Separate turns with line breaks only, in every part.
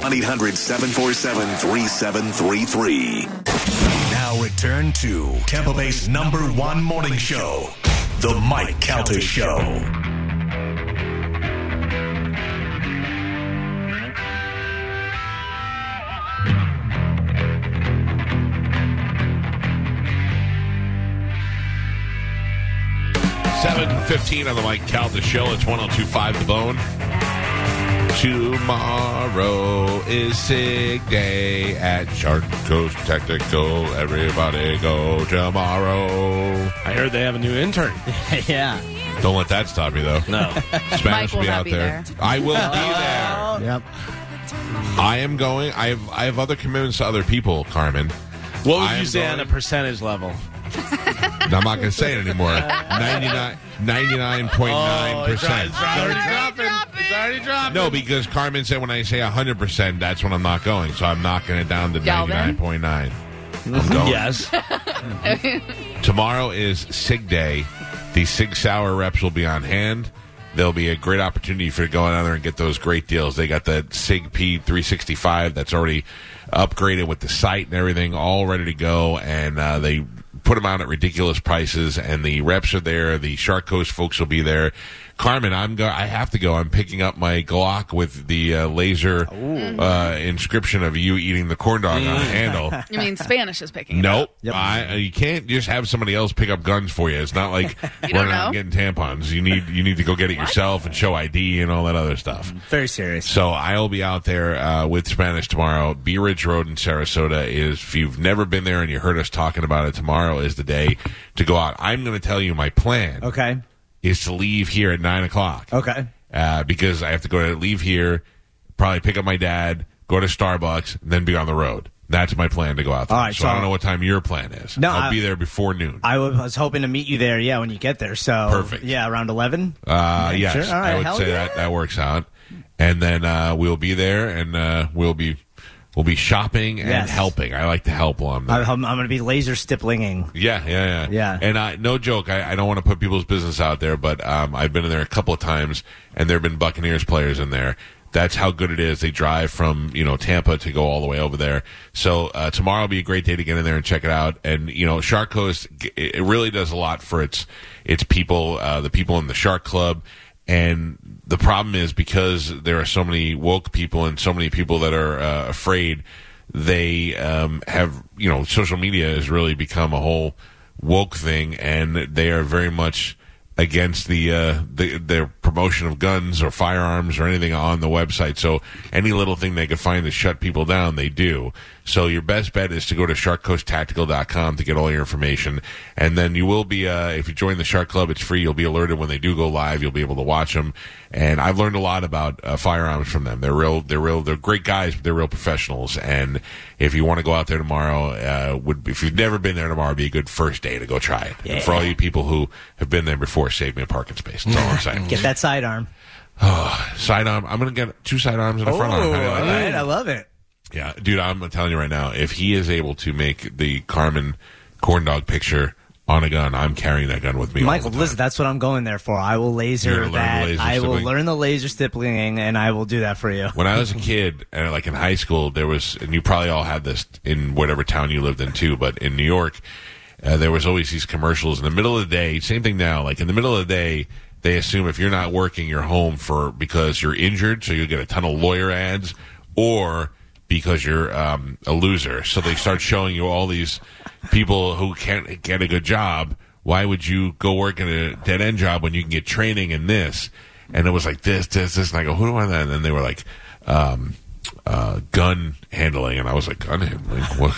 1 800 747 3733.
Now return to Tampa Bay's number one morning show, The Mike Calter Show.
Seven fifteen on the Mike Calda show. It's one zero two five the bone. Tomorrow is sick day at Shark Coast Technical. Everybody go tomorrow.
I heard they have a new intern.
yeah.
Don't let that stop you though.
No.
Spanish
Mike will
be
not
out
be
there.
there.
I will be there.
Yep.
I am going. I have I have other commitments to other people, Carmen.
What would
I
you
am
say on a
going-
percentage level?
And I'm not going to say it anymore. 99 99.9
Oh,
percent.
dropping. It's already dropping.
No, because Carmen said when I say 100%, that's when I'm not going. So I'm knocking it down to
Galvin?
99.9. I'm going.
Yes.
Tomorrow is SIG day. The SIG Sour reps will be on hand. There'll be a great opportunity for you to go out there and get those great deals. They got the SIG P365 that's already upgraded with the site and everything, all ready to go. And uh, they put them out at ridiculous prices. And the reps are there. The Shark Coast folks will be there. Carmen, I'm go- I have to go. I'm picking up my Glock with the uh, laser uh, inscription of you eating the corn dog on the handle.
You mean Spanish is picking it
Nope.
up?
I, uh, you can't just have somebody else pick up guns for you. It's not like
You
running
don't
out
know.
and getting tampons. You need you need to go get it yourself and show ID and all that other stuff.
Very serious.
So I'll be out there uh, with Spanish tomorrow. Bee Ridge Road in Sarasota is, if you've never been there and you heard us talking about it, tomorrow is the day to go out. I'm going to tell you my plan
Okay.
is to leave here at 9 o'clock
Okay.
uh, because I have to go to leave here, probably pick up my dad, go to Starbucks, and then be on the road. That's my plan to go out there.
All right,
so, I don't
so-
know what time your plan is.
No,
I'll
I-
be there before noon.
I wa- was hoping to meet you there. Yeah, when you get there. So
Perfect.
Yeah, around eleven.
uh,
Okay,
yes,
sure. All right,
I would
hell
say
yeah.
that that works out. And then uh, we'll be there, and uh, we'll be we'll be shopping and
Yes.
helping. I like to help while I'm there.
I, I'm, I'm going to be laser stipplinging.
Yeah, yeah, yeah.
Yeah.
And I, no joke, I, I don't want to put people's business out there, but um, I've been in there a couple of times, and there have been Buccaneers players in there. That's how good it is. They drive from you know Tampa to go all the way over there. So uh, tomorrow will be a great day to get in there and check it out. And you know Shark Coast, g- it it really does a lot for its its people, uh, the people in the Shark Club. And the problem is because there are so many woke people and so many people that are uh, afraid they um, have you know social media has really become a whole woke thing and they are very much against the uh the their promotion of guns or firearms or anything on the website so any little thing they could find to shut people down they do so your best bet is to go to sharkcoasttactical.com to get all your information and then you will be uh if you join the shark club it's free you'll be alerted when they do go live you'll be able to watch them and i've learned a lot about uh, firearms from them they're real they're real they're great guys but they're real professionals and if you want to go out there tomorrow uh would if you've never been there tomorrow would be a good first day to go try it and for all you people who have been there before save me a parking space that's all i'm saying
Get that sidearm.
sidearm i'm gonna get two sidearms and a front arm How do you like
all
that?
right, I love it.
Yeah, dude, I'm telling you right now, if he is able to make the Carmen corn dog picture on a gun, I'm carrying that gun with me. all
Michael,
the time.
listen, that's what I'm going there for. I will
You're
laser
gonna learn the
that.
laser
I will
stippling?
learn the laser stippling, and I will do that for you.
When I was a kid, uh, like in high school, there was, and you probably all had this in whatever town you lived in too, but in New York, uh, there was always these commercials in the middle of the day. Same thing now. Like in the middle of the day, they assume if you're not working, you're home for because you're injured, so you'll get a ton of lawyer ads, or because you're um, a loser. So they start showing you all these people who can't get a good job. Why would you go work at a dead end job when you can get training in this? And it was like this, this, this, and I go, who do I? And then they were like, um, uh, gun handling, and I was like, gun handling. What,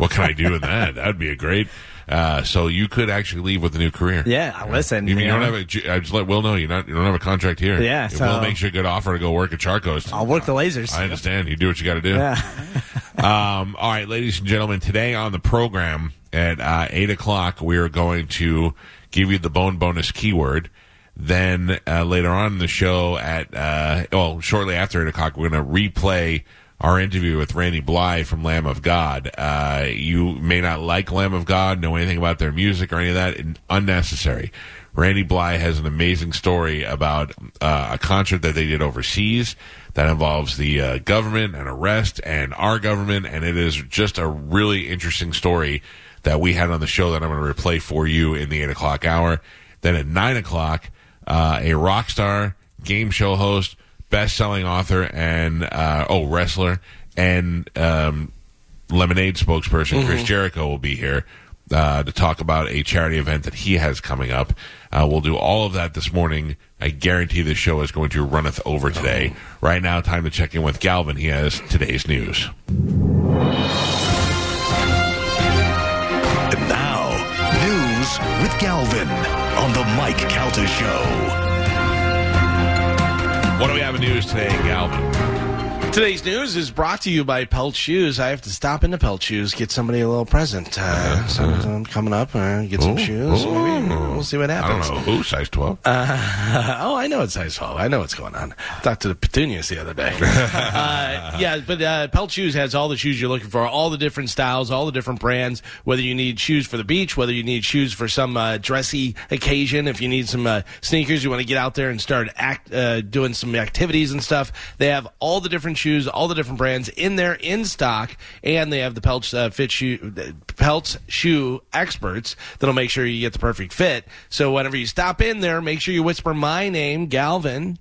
what can I do in that? That'd be a great. Uh, so you could actually leave with a new career.
Yeah, I listen.
You, mean you
know?
don't have a, ju- I just let Will know you not you don't have a contract here.
Yeah,
If
so-
Will makes you a good offer to go work at Charco's.
I'll work the lasers.
I understand. You do what you got to do.
yeah.
Um, all right, ladies and gentlemen, today on the program at uh, 8 o'clock, we are going to give you the bone bonus keyword. Then uh, later on in the show, at uh, well, shortly after 8 o'clock, we're going to replay our interview with Randy Bly from Lamb of God. Uh, you may not like Lamb of God, know anything about their music or any of that. and Unnecessary. Randy Bly has an amazing story about uh, a concert that they did overseas that involves the uh, government and arrest and our government, and it is just a really interesting story that we had on the show that I'm going to replay for you in the eight o'clock hour. Then at nine o'clock, uh, a rock star, game show host, best-selling author, and uh, oh wrestler and um, Lemonade spokesperson
Mm-hmm.
Chris Jericho will be here uh, to talk about a charity event that he has coming up. Uh, we'll do all of that this morning. I guarantee this show is going to runneth over today.
Oh.
Right now, time to check in with Galvin. He has today's news.
And now, news with Galvin on the Mike Calta Show.
What do we have in news today, Galvin?
Today's news is brought to you by Pelt Shoes. I have to stop into Pelt Shoes, get somebody a little present. Uh, sometime coming up, uh, get some
Ooh,
shoes.
ooh.
Maybe we'll see what
I don't
happens. Uh,
know who size twelve.
oh, I know it's size 12. I know what's going on. Talked to the petunias the other day. uh, yeah, but uh, Pelt Shoes has all the shoes you're looking for, all the different styles, all the different brands. Whether you need shoes for the beach, whether you need shoes for some uh, dressy occasion, if you need some uh, sneakers, you want to get out there and start act, uh, doing some activities and stuff. They have all the different shoes, all the different brands in there in stock, and they have the Pelt uh, fit shoe, Pelt shoe experts that'll make sure you get the perfect fit. So whenever you stop in there, make sure you whisper my name, Galvin.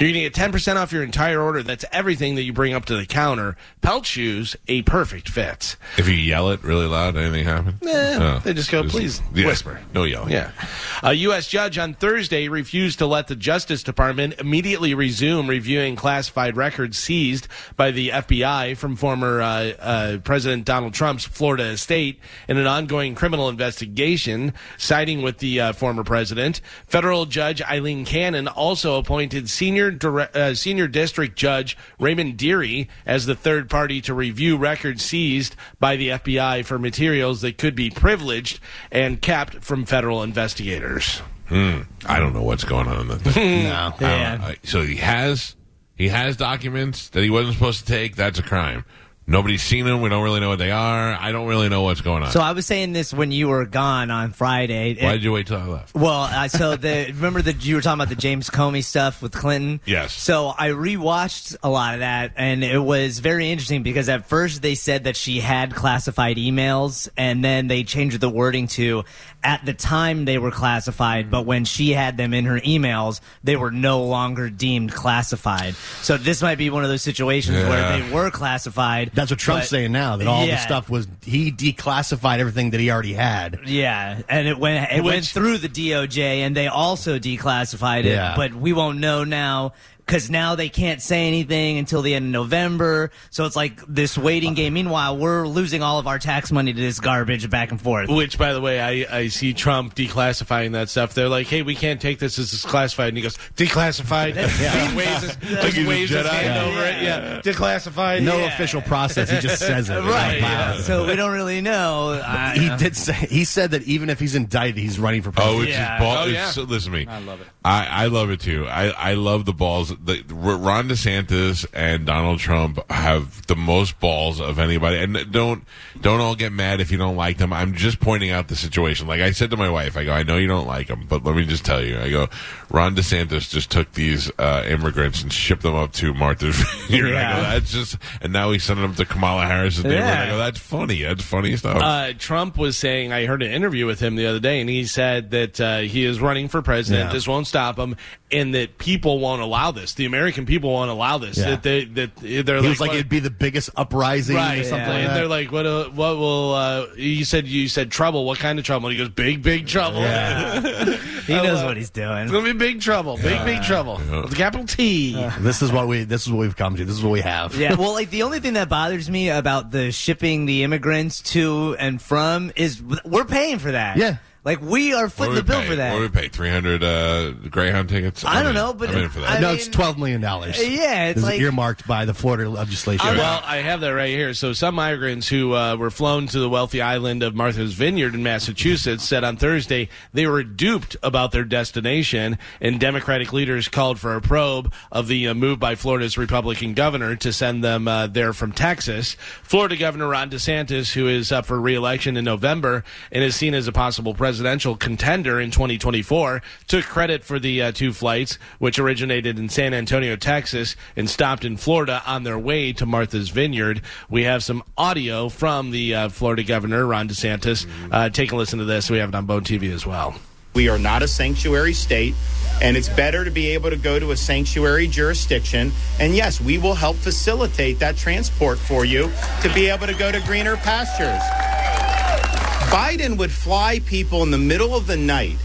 You're going to get 10% off your entire order. That's everything that you bring up to the counter. Pelt shoes, a perfect fit.
If you yell it really loud, anything happen?
Eh,
Oh.
they just go, "Please,
yeah,
whisper."
No yelling.
Oh, Yeah. A U.S. judge on Thursday refused to let the Justice Department immediately resume reviewing classified records seized by the FBI from former uh, uh, President Donald Trump's Florida estate in an ongoing criminal investigation, siding with the uh, former president. Federal Judge Eileen Cannon also appointed senior, dire- uh, senior District Judge Raymond Deary as the third party to review records seized by the FBI for materials that could be privileged and kept from federal investigators.
I don't know what's going on in that thing.
No.
I don't-
Yeah.
I- so he has he has documents that he wasn't supposed to take. That's a crime. Nobody's seen them. We don't really know what they are. I don't really know what's going on.
So I was saying this when you were gone on Friday.
Why did you wait till I left?
Well, uh, so the remember that you were talking about the James Comey stuff with Clinton.
Yes.
So I rewatched a lot of that, and it was very interesting because at first they said that she had classified emails, and then they changed the wording to at the time they were classified, but when she had them in her emails, they were no longer deemed classified. So this might be one of those situations
Yeah.
where they were classified.
That's what Trump's
but-
saying now. That all
Yeah.
the stuff was he declassified everything that he already had.
Yeah, and it went it went
Which-
through the DOJ, and they also declassified it.
Yeah.
But we won't know now because now they can't say anything until the end of November. So it's like this waiting game. Meanwhile, we're losing all of our tax money to this garbage back and forth.
Which, by the way, I, I see Trump declassifying that stuff. They're like, hey, we can't take this. This is classified. And he goes, declassified. He waves his, like
he's a
waves his
Jedi.
hand over it. Yeah. Declassified.
No
Yeah.
official process. He just says it.
Right.
out loud.
yeah. So we don't really know. I,
He did say he said that even if he's indicted, he's running for
Oh,
president.
it's
Yeah.
just ball.
Oh,
it's-
yeah.
listen to me. I love it. I, love it too. I, I love the balls. The, R- Ron DeSantis and Donald Trump have the most balls of anybody. And don't don't all get mad if you don't like them. I'm just pointing out the situation. Like I said to my wife, I go, I know you don't like them, but let me just tell you. I go, Ron DeSantis just took these uh, immigrants and shipped them up to Martha's Vineyard. I
Yeah.
go, that's just. And now he's sending them to Kamala Harris's neighborhood. I
Yeah.
go, that's funny. That's funny stuff.
uh, Trump was saying, I heard an interview with him the other day, and he said that uh, he is running for president.
Yeah.
This won't stop him, and that people won't allow this. The American people won't allow this.
Yeah.
That they that they're
He
like,
was like
"What-
it'd be the biggest uprising
right,
or something.
yeah.
like
and
that.
they're like, what? Uh, what will? Uh, you said you said trouble. What kind of trouble? And he goes, big, big trouble.
He knows
love-
what he's doing.
It's gonna be big trouble. Big big trouble. With a capital T.
This is what we. This is what we've come to. This is what we have.
Yeah, well, like the only thing that bothers me about the shipping the immigrants to and from is we're paying for that.
Yeah.
like we are
What do
footing
we
the bill
pay?
for
What do
that.
we pay? Three hundred uh, Greyhound tickets.
I
I'm
don't
in.
know, but
I'm in for
I
that.
no, it's
mean-
twelve million dollars.
Yeah, it's
This is
like-
earmarked by the Florida legislature.
Well, I have that right here. So, some migrants who uh, were flown to the wealthy island of Martha's Vineyard in Massachusetts said on Thursday they were duped about their destination, and Democratic leaders called for a probe of the uh, move by Florida's Republican governor to send them uh, there from Texas. Florida Governor Ron DeSantis, who is up for reelection in November and is seen as a possible presidential contender in 2024, took credit for the uh, two flights, which originated in San Antonio, Texas, and stopped in Florida on their way to Martha's Vineyard. We have some audio from the uh, Florida governor, Ron DeSantis. Uh, take a listen to this. We have it on Bone TV as well.
We are not a sanctuary state, and it's better to be able to go to a sanctuary jurisdiction. And yes, we will help facilitate that transport for you to be able to go to greener pastures. Biden would fly people in the middle of the night,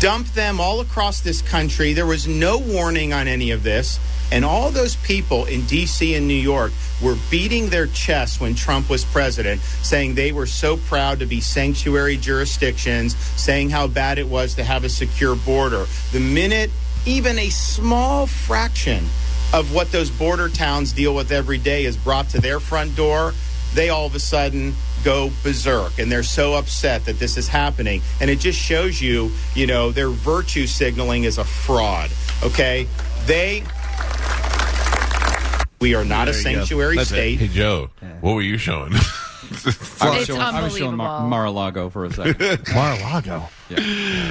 dump them all across this country. There was no warning on any of this. And all those people in D.C. and New York were beating their chests when Trump was president, saying they were so proud to be sanctuary jurisdictions, saying how bad it was to have a secure border. The minute, even a small fraction of what those border towns deal with every day is brought to their front door, they all of a sudden go berserk and they're so upset that this is happening and it just shows you you know their virtue signaling is a fraud okay they we are not a sanctuary state
Hey Joe, what were you showing?
It's unbelievable.
Mar-a-Lago for a second.
Mar-a-Lago.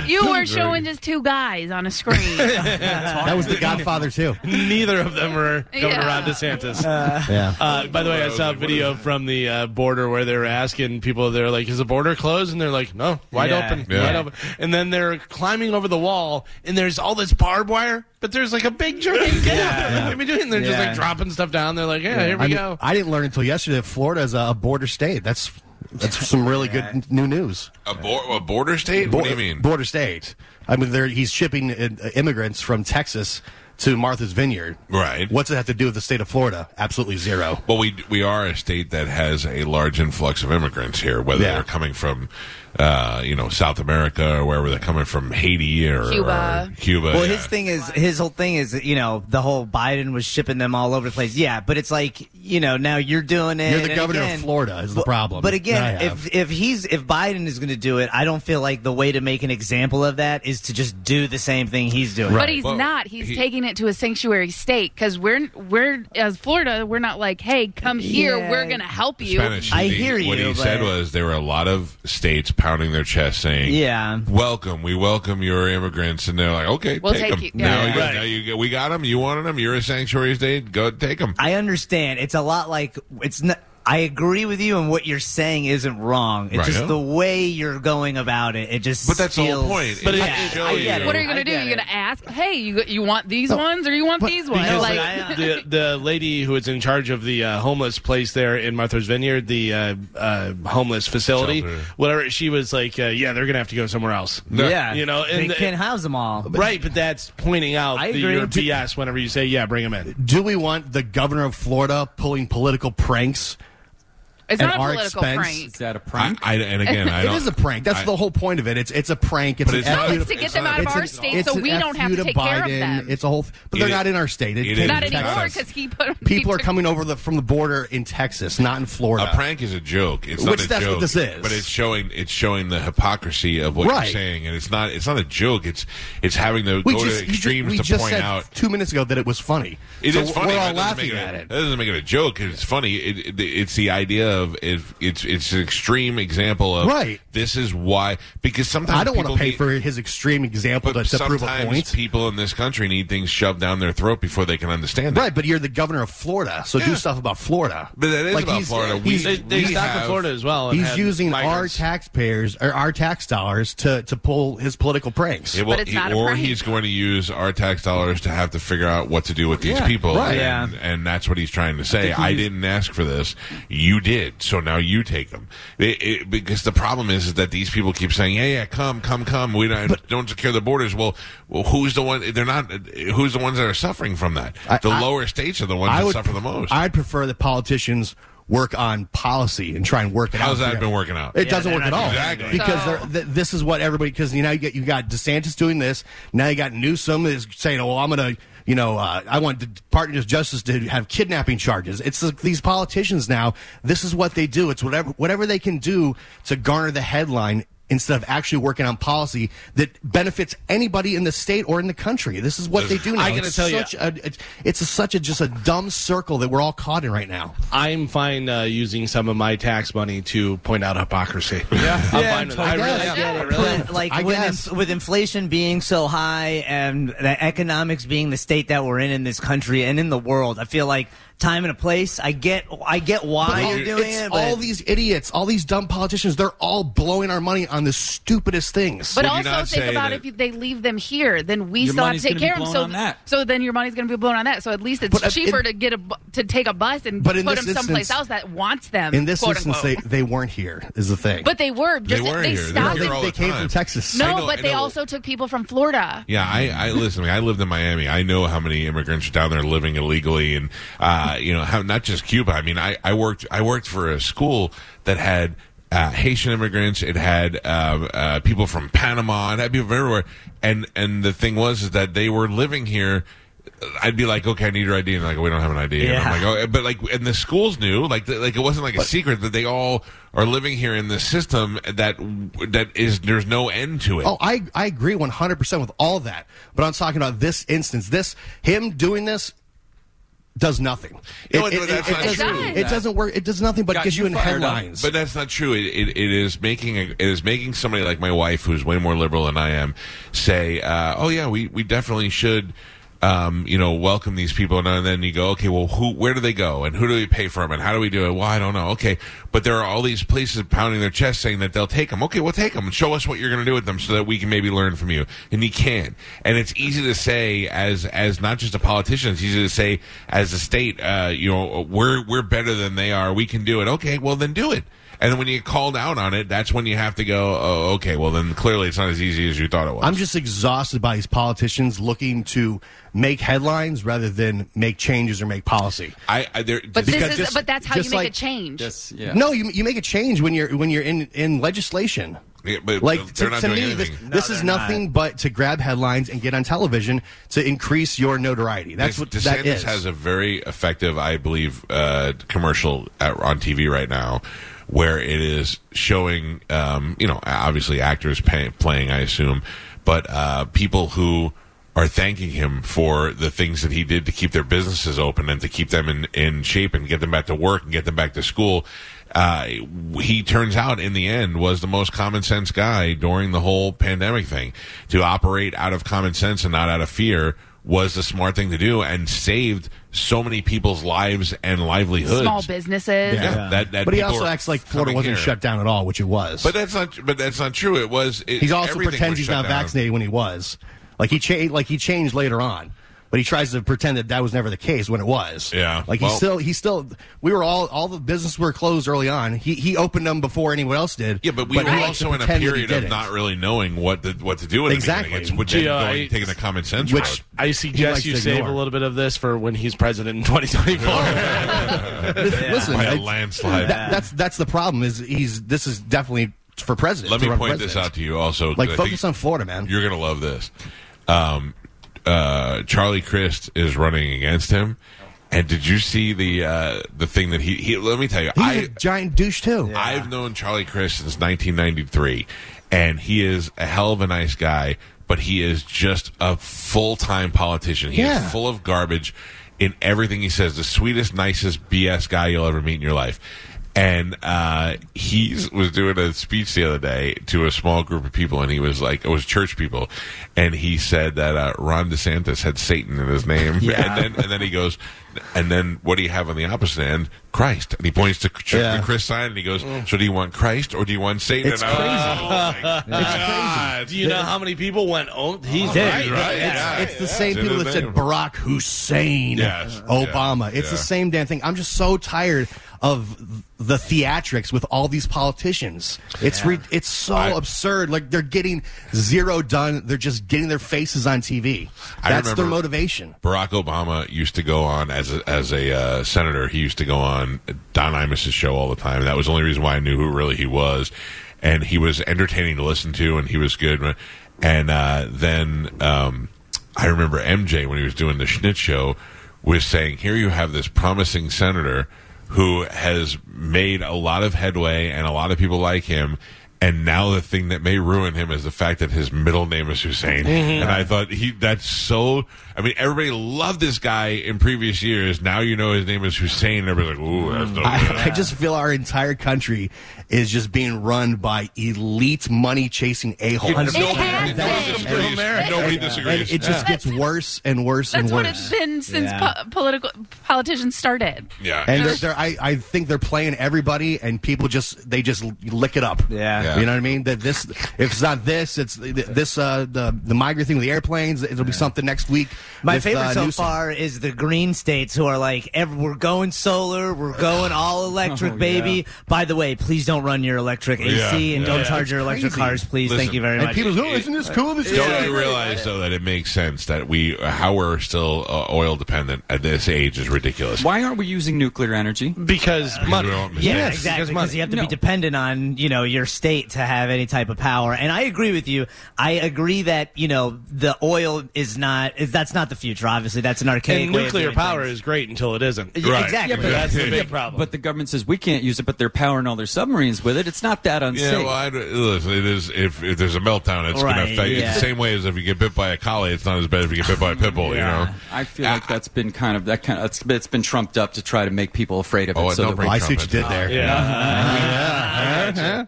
you were showing just two guys on a screen.
That was The Godfather too.
Neither of them were Governor
Yeah.
Ron DeSantis.
Yeah.
Uh, by the way, I saw a video from the uh, border where they were asking people, they're like, is the border closed? And they're like, no, wide
Yeah.
open,
Yeah.
wide open. And then they're climbing over the wall, and there's all this barbed wire, but there's like a big jerking gap. I mean, doing- they're just
Yeah.
like dropping stuff down. They're like, yeah, here we
I, mean,
go.
I didn't learn until yesterday that Florida is a border state. That's that's some really good n- new news.
a, bor- a border state? what do you mean?
Border state. I mean, they're, he's shipping uh, immigrants from Texas to Martha's Vineyard.
Right.
What's it have to do with the state of Florida? Absolutely zero.
Well, we we are a state that has a large influx of immigrants here, whether
Yeah.
they're coming from, uh, you know, South America or wherever they're coming from, Haiti or
Cuba.
or Cuba.
Well,
Oh, yeah.
his thing is his whole thing is you know the whole Biden was shipping them all over the place. Yeah, but it's like you know now you're doing it.
You're the
and
governor
again-
of Florida is the
But-
problem.
But
that
again,
I have.
if if he's if Biden is going to do it, I don't feel like the way to make an example of that is to just do the same thing he's doing.
But he's
Well,
not. He's
he-
taking it to a sanctuary state because we're we're as Florida, we're not like, hey, come here,
Yeah.
we're gonna help you.
Spanish.
I
he-
hear
What
you,
he
but-
said was there were a lot of states pounding their chest saying,
Yeah.
welcome, we welcome your immigrants," and they're like, "Okay,
We'll
take
take
them."
you.
Now,
Yeah.
you- now you- we got them. You wanted them. You're a sanctuary state. Go take them.
I understand. It's a lot like it's not. I agree with you, and what you're saying isn't wrong. It's
Right.
just the way you're going about it. It just
But that's the whole
feels-
point.
But it-
yeah,
it-
I get it.
What are you
I
gonna do?
get
You're
it.
gonna ask, hey, you you want these ones or you want these ones?
Because
like,
I-
the, the lady who is in charge of the uh, homeless place there in Martha's Vineyard, the uh, uh, homeless facility,
Shelter.
whatever, she was like, uh, yeah, they're going to have to go somewhere else.
Yeah,
You know,
they
and the-
can't house them all.
Right, but that's pointing out
I
the,
agree.
your BS whenever you say, yeah, bring them in.
do we want the governor of Florida pulling political pranks?
it's
At
not a
our
political
expense,
prank.
Is that a
I,
prank?
I- and again, I
It
don't,
is a prank. That's
I-
the whole point of it. It's it's a prank. It's,
But
an
it's not-
F you
It's to get them
it's
out of
an-
our
it's
state
an
so we
F
don't
you
have to take care of
Biden.
them.
It's a whole. But
It
they're
is-
not in our state.
it
It,
is
came
in
Not
from
anymore
Texas.
because he put.
People are coming over the, from the border in Texas, not in Florida.
A prank is a joke. It's
Which
not a
that's what
joke.
this is.
But it's showing it's showing the hypocrisy of what
Right.
you're saying, and it's not it's not a joke. It's it's having to
We
go
just,
to
you ju-
extremes
we
to
just
point
said
out.
two minutes ago that it was funny.
It
so
is funny.
We're
but
all
it doesn't
laughing
make it
at
a-
it.
That doesn't make it a joke. It's funny. It, it, it's the idea of it, it's it's an extreme example of
Right.
This is why because sometimes
I don't want to
people
pay
need-
for his extreme example
But
to, to prove a
sometimes
point.
people in this country need things shoved down their throat before they can understand it.
Right, but you're the governor of Florida, so
Yeah.
do stuff about Florida.
But that is about
he's-
Florida. We-
he's-
They, they
we
stopped
have-
in Florida as well. and
He's
had
using
migrants.
our taxpayers or our tax dollars to to pull his political pranks.
Yeah, well,
it's
he-
not a
or
prank.
he's going to use our tax dollars to have to figure out what to do with these
Yeah,
people,
right.
and, and that's what he's trying to say. I, didn't ask for this; you did. did, so now you take them. It, it, because the problem is, is that these people keep saying, "Yeah, yeah, come, come, come." We don't, don't secure the borders. Well, well, who's the one? They're not. Who's the ones that are suffering from that? The
I-
lower states are the ones that suffer the most.
I'd prefer that politicians work on policy and try and work it out.
How's that
together.
been working out?
It
Yeah,
doesn't
they're
work at
not
all.
doing anything.
Because
So-
they're, th- this is what everybody, because you now you got, you got DeSantis doing this. Now you got Newsom is saying, oh, I'm going to, you know, uh, I want the Department of Justice to have kidnapping charges. It's the, these politicians now. This is what they do. It's whatever, whatever they can do to garner the headline instead of actually working on policy that benefits anybody in the state or in the country. This is what they do now.
I gotta
it's
tell you-
such a, it's- it's a, such a just a dumb circle that we're all caught in right now.
I'm fine uh, using some of my tax money to point out hypocrisy. Yeah, I'm fine with that. I really am. I really am.
But like with, inf- with inflation being so high and the economics being the state that we're in in this country and in the world, I feel like time and a place. I get, I get why
But all-
you're doing
it's
it. But
all these idiots, all these dumb politicians, they're all blowing our money on the stupidest things.
But also think about if you, they leave them here, then we
Your
still have to
money's
take
gonna be
care of them.
blown
So,
on that.
so then your money's going to be blown on that. So at least it's
But, uh,
cheaper
in-
to get a bu- to take a bus and
But
put
in
them
this
someplace
instance-
else that wants them.
in this
quote
instance, they,
unquote.
they weren't here. Is the thing?
but they were
They
just
were
they
here. They were
stopped.
here all They the came time. from Texas.
No,
I know-
but
I
they
know.
also took people from Florida.
Yeah, I, I listen. I lived in Miami. I know how many immigrants are down there living illegally, and uh, you know, how not just Cuba. I mean, I, I worked I worked for a school that had. Uh, Haitian immigrants. It had uh, uh, people from Panama. It had people from everywhere. And and the thing was is that they were living here. I'd be like, okay, I need your ID, and like, we don't have an ID. And I'm
Yeah.
like, oh, but like, and the schools knew, like, the, like it wasn't like a secret that they all are living here in this system that that is there's no end to it.
Oh, I, I agree 100% with all that. But I'm talking about this instance. This, him doing this does nothing.
No, no, that's not
doesn't-
true.
it doesn't work. It does nothing but
Got
get you, in
fired up.
headlines.
But that's not true. It, it, it is making a, it is making somebody like my wife, who's way more liberal than I am, say, uh, "Oh yeah, we we definitely should." Um, you know, welcome these people, and then you go, okay, well, who, where do they go, and who do we pay for them, and how do we do it? Well, I don't know. Okay, but there are all these places pounding their chest saying that they'll take them. Okay, we'll take them. Show us what you're going to do with them, so that we can maybe learn from you. And you can. And it's easy to say as as not just a politician, it's easy to say as a state, uh, you know, we're we're better than they are. We can do it. Okay, well then do it. And then when you get called out on it, that's when you have to go, oh, okay, well then clearly it's not as easy as you thought it was.
I'm just exhausted by these politicians looking to make headlines rather than make changes or make policy.
I, I there,
But
Because
this is
just-
but that's how you
just
make
like-
a change.
No, you you make a change when you're when you're in in legislation.
Yeah, but
like
they're
to,
not
to
doing
me, this,
anything.
this
No,
is
they're not.
nothing but to grab headlines and get on television to increase your notoriety. That's
Des-
what
DeSantis
that is.
has a very effective, I believe, uh, commercial at, on TV right now, where it is showing, um, you know, obviously actors pay, playing, I assume, but uh, people who are thanking him for the things that he did to keep their businesses open and to keep them in, in shape and get them back to work and get them back to school. Uh, he turns out in the end was the most common sense guy during the whole pandemic thing to operate out of common sense and not out of fear was the smart thing to do and saved so many people's lives and livelihoods.
Small businesses.
Yeah, that- that
but he
people
also
are
acts like Florida
coming
wasn't
here.
shut down at all, which it was.
But that's not. But that's not true. It was. It,
he also
everything
pretends
was
he's
shut
not
down.
vaccinated when he was. Like he cha- like he changed later on, but he tries to pretend that that was never the case when it was.
Yeah,
Like he
well-
still he still we were all all the businesses were closed early on. He he opened them before anyone else did.
Yeah, but we
he
were
likes to
also in a
pretend that he
period of
didn't.
not really knowing what the, what to do with
Exactly.
Anything. It's, which
Gee,
is
I-
going, taking the common sense
Which
route.
I
He likes
suggest you
to
save
ignore.
a little bit of this for when he's president in 2024.
Listen,
by a
I-
landslide.
that- that's that's the problem. Is he's this is definitely for president.
Let
to
me
run
point
president.
this out to you also.
Like
I think
focus on Florida, man.
You're going to love this. Um, uh, Charlie Crist is running against him. And did you see the uh, the thing that he, he? Let me tell you,
He's
I
a giant douche too.
I've known Charlie Chris since 1993, and he is a hell of a nice guy, but he is just a full time politician. He
Yeah.
is full of garbage in everything he says. The sweetest, nicest BS guy you'll ever meet in your life. And uh, he was doing a speech the other day to a small group of people, and he was like, it was church people, and he said that uh, Ron DeSantis had Satan in his name,
Yeah.
and then and then he goes, and then what do you have on the opposite end? Christ, and he points to Ch-
Yeah.
the Chris sign, and he goes, so do you want Christ or do you want Satan?
It's
And I-
crazy.
Oh, my
It's
God.
Do you know how many people went? Oh, he's
Oh, right,
dead.
right,
It's,
yeah.
it's the
yeah.
same
It's
people
in
that
the
said
name.
Barack Hussein
Yes,
Obama.
yeah,
It's the
yeah.
same damn thing. I'm just so tired of the theatrics with all these politicians. It's re- it's so absurd. Like they're getting zero done. They're just getting their faces on TV.
I
That's their
remember-
motivation.
Barack Obama used to go on as a, as a uh, senator. He used to go on Don Imus's show all the time. That was the only reason why I knew who really he was, and he was entertaining to listen to, and he was good. And uh, then um, I remember MJ when he was doing the Schnitz show was saying, "Here you have this promising senator who has made a lot of headway, and a lot of people like him." And now the thing that may ruin him is the fact that his middle name is Hussein.
Mm-hmm.
And I thought he that's so. I mean, everybody loved this guy in previous years. Now you know his name is Hussein. Everybody's like, ooh, that's not good.
I, I just feel our entire country is just being run by elite money chasing a holes.
Nobody- nobody disagrees. Nobody disagrees.
It just gets worse and worse
That's
and
what
worse.
it's been since
Yeah.
po- political politicians started.
Yeah.
And they're, they're, I, I think they're playing everybody, and people just they just lick it up.
Yeah.
you know what I mean. That this, if it's not this, it's th- this uh, the the migrant thing with the airplanes. It'll be something next week.
My
with,
favorite
uh,
so
Newsom.
far is the green states who are like, "Ev- we're going solar, we're going all electric,
Oh, yeah.
baby. By the way, please don't run your electric AC
Oh, Yeah,
and
yeah.
don't
Yeah,
charge
it's
your electric
crazy.
cars, please. Thank
Listen,
you very
and
much.
people's,
"Oh, isn't this cool? This is
Don't you realize though that it makes sense that we how we're still uh, oil dependent at this age is ridiculous.
Why aren't we using nuclear energy?
Because money.
Yeah, exactly. Because you have to be dependent on you know your state to have any type of power. And I agree with you. I agree that you know the oil is not is that's not the future. Obviously, that's an archaic.
And
way of
nuclear
doing
power
things.
is great until it isn't.
Yeah, Right. exactly.
but that's the big problem.
But the government says we can't use it, but they're powering all their submarines with it. It's not that unsafe.
Yeah, well, I, listen, it is. If, if there's a meltdown, it's going
Right,
to affect. It's
yeah.
the same way as if you get bit by a collie. It's not as bad if you get bit by a pit bull. You know.
I feel like that's been kind of that kind of it's- it's been trumped up to try to make people afraid of it.
Oh,
so
don't
that
bring
we-
Trump into it.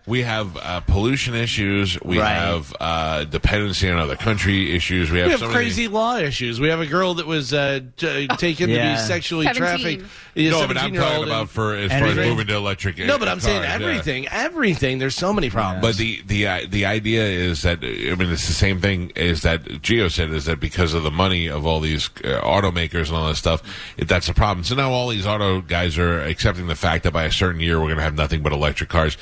We have uh, pollution issues. We
Right.
have uh, dependency on other country issues. We have,
we have
so many-
crazy law issues. We have a girl that was uh, j- taken
Yeah.
to be sexually
17.
trafficked.
No, but I'm talking about for as far as moving to electric.
No, but I'm saying
cars, yeah.
everything. Everything. There's so many problems.
But the the uh, the idea is that I mean it's the same thing is that Geo said is that because of the money of all these uh, automakers and all this stuff, it, that's a problem. So now all these auto guys are accepting the fact that by a certain year we're going to have nothing but electric cars.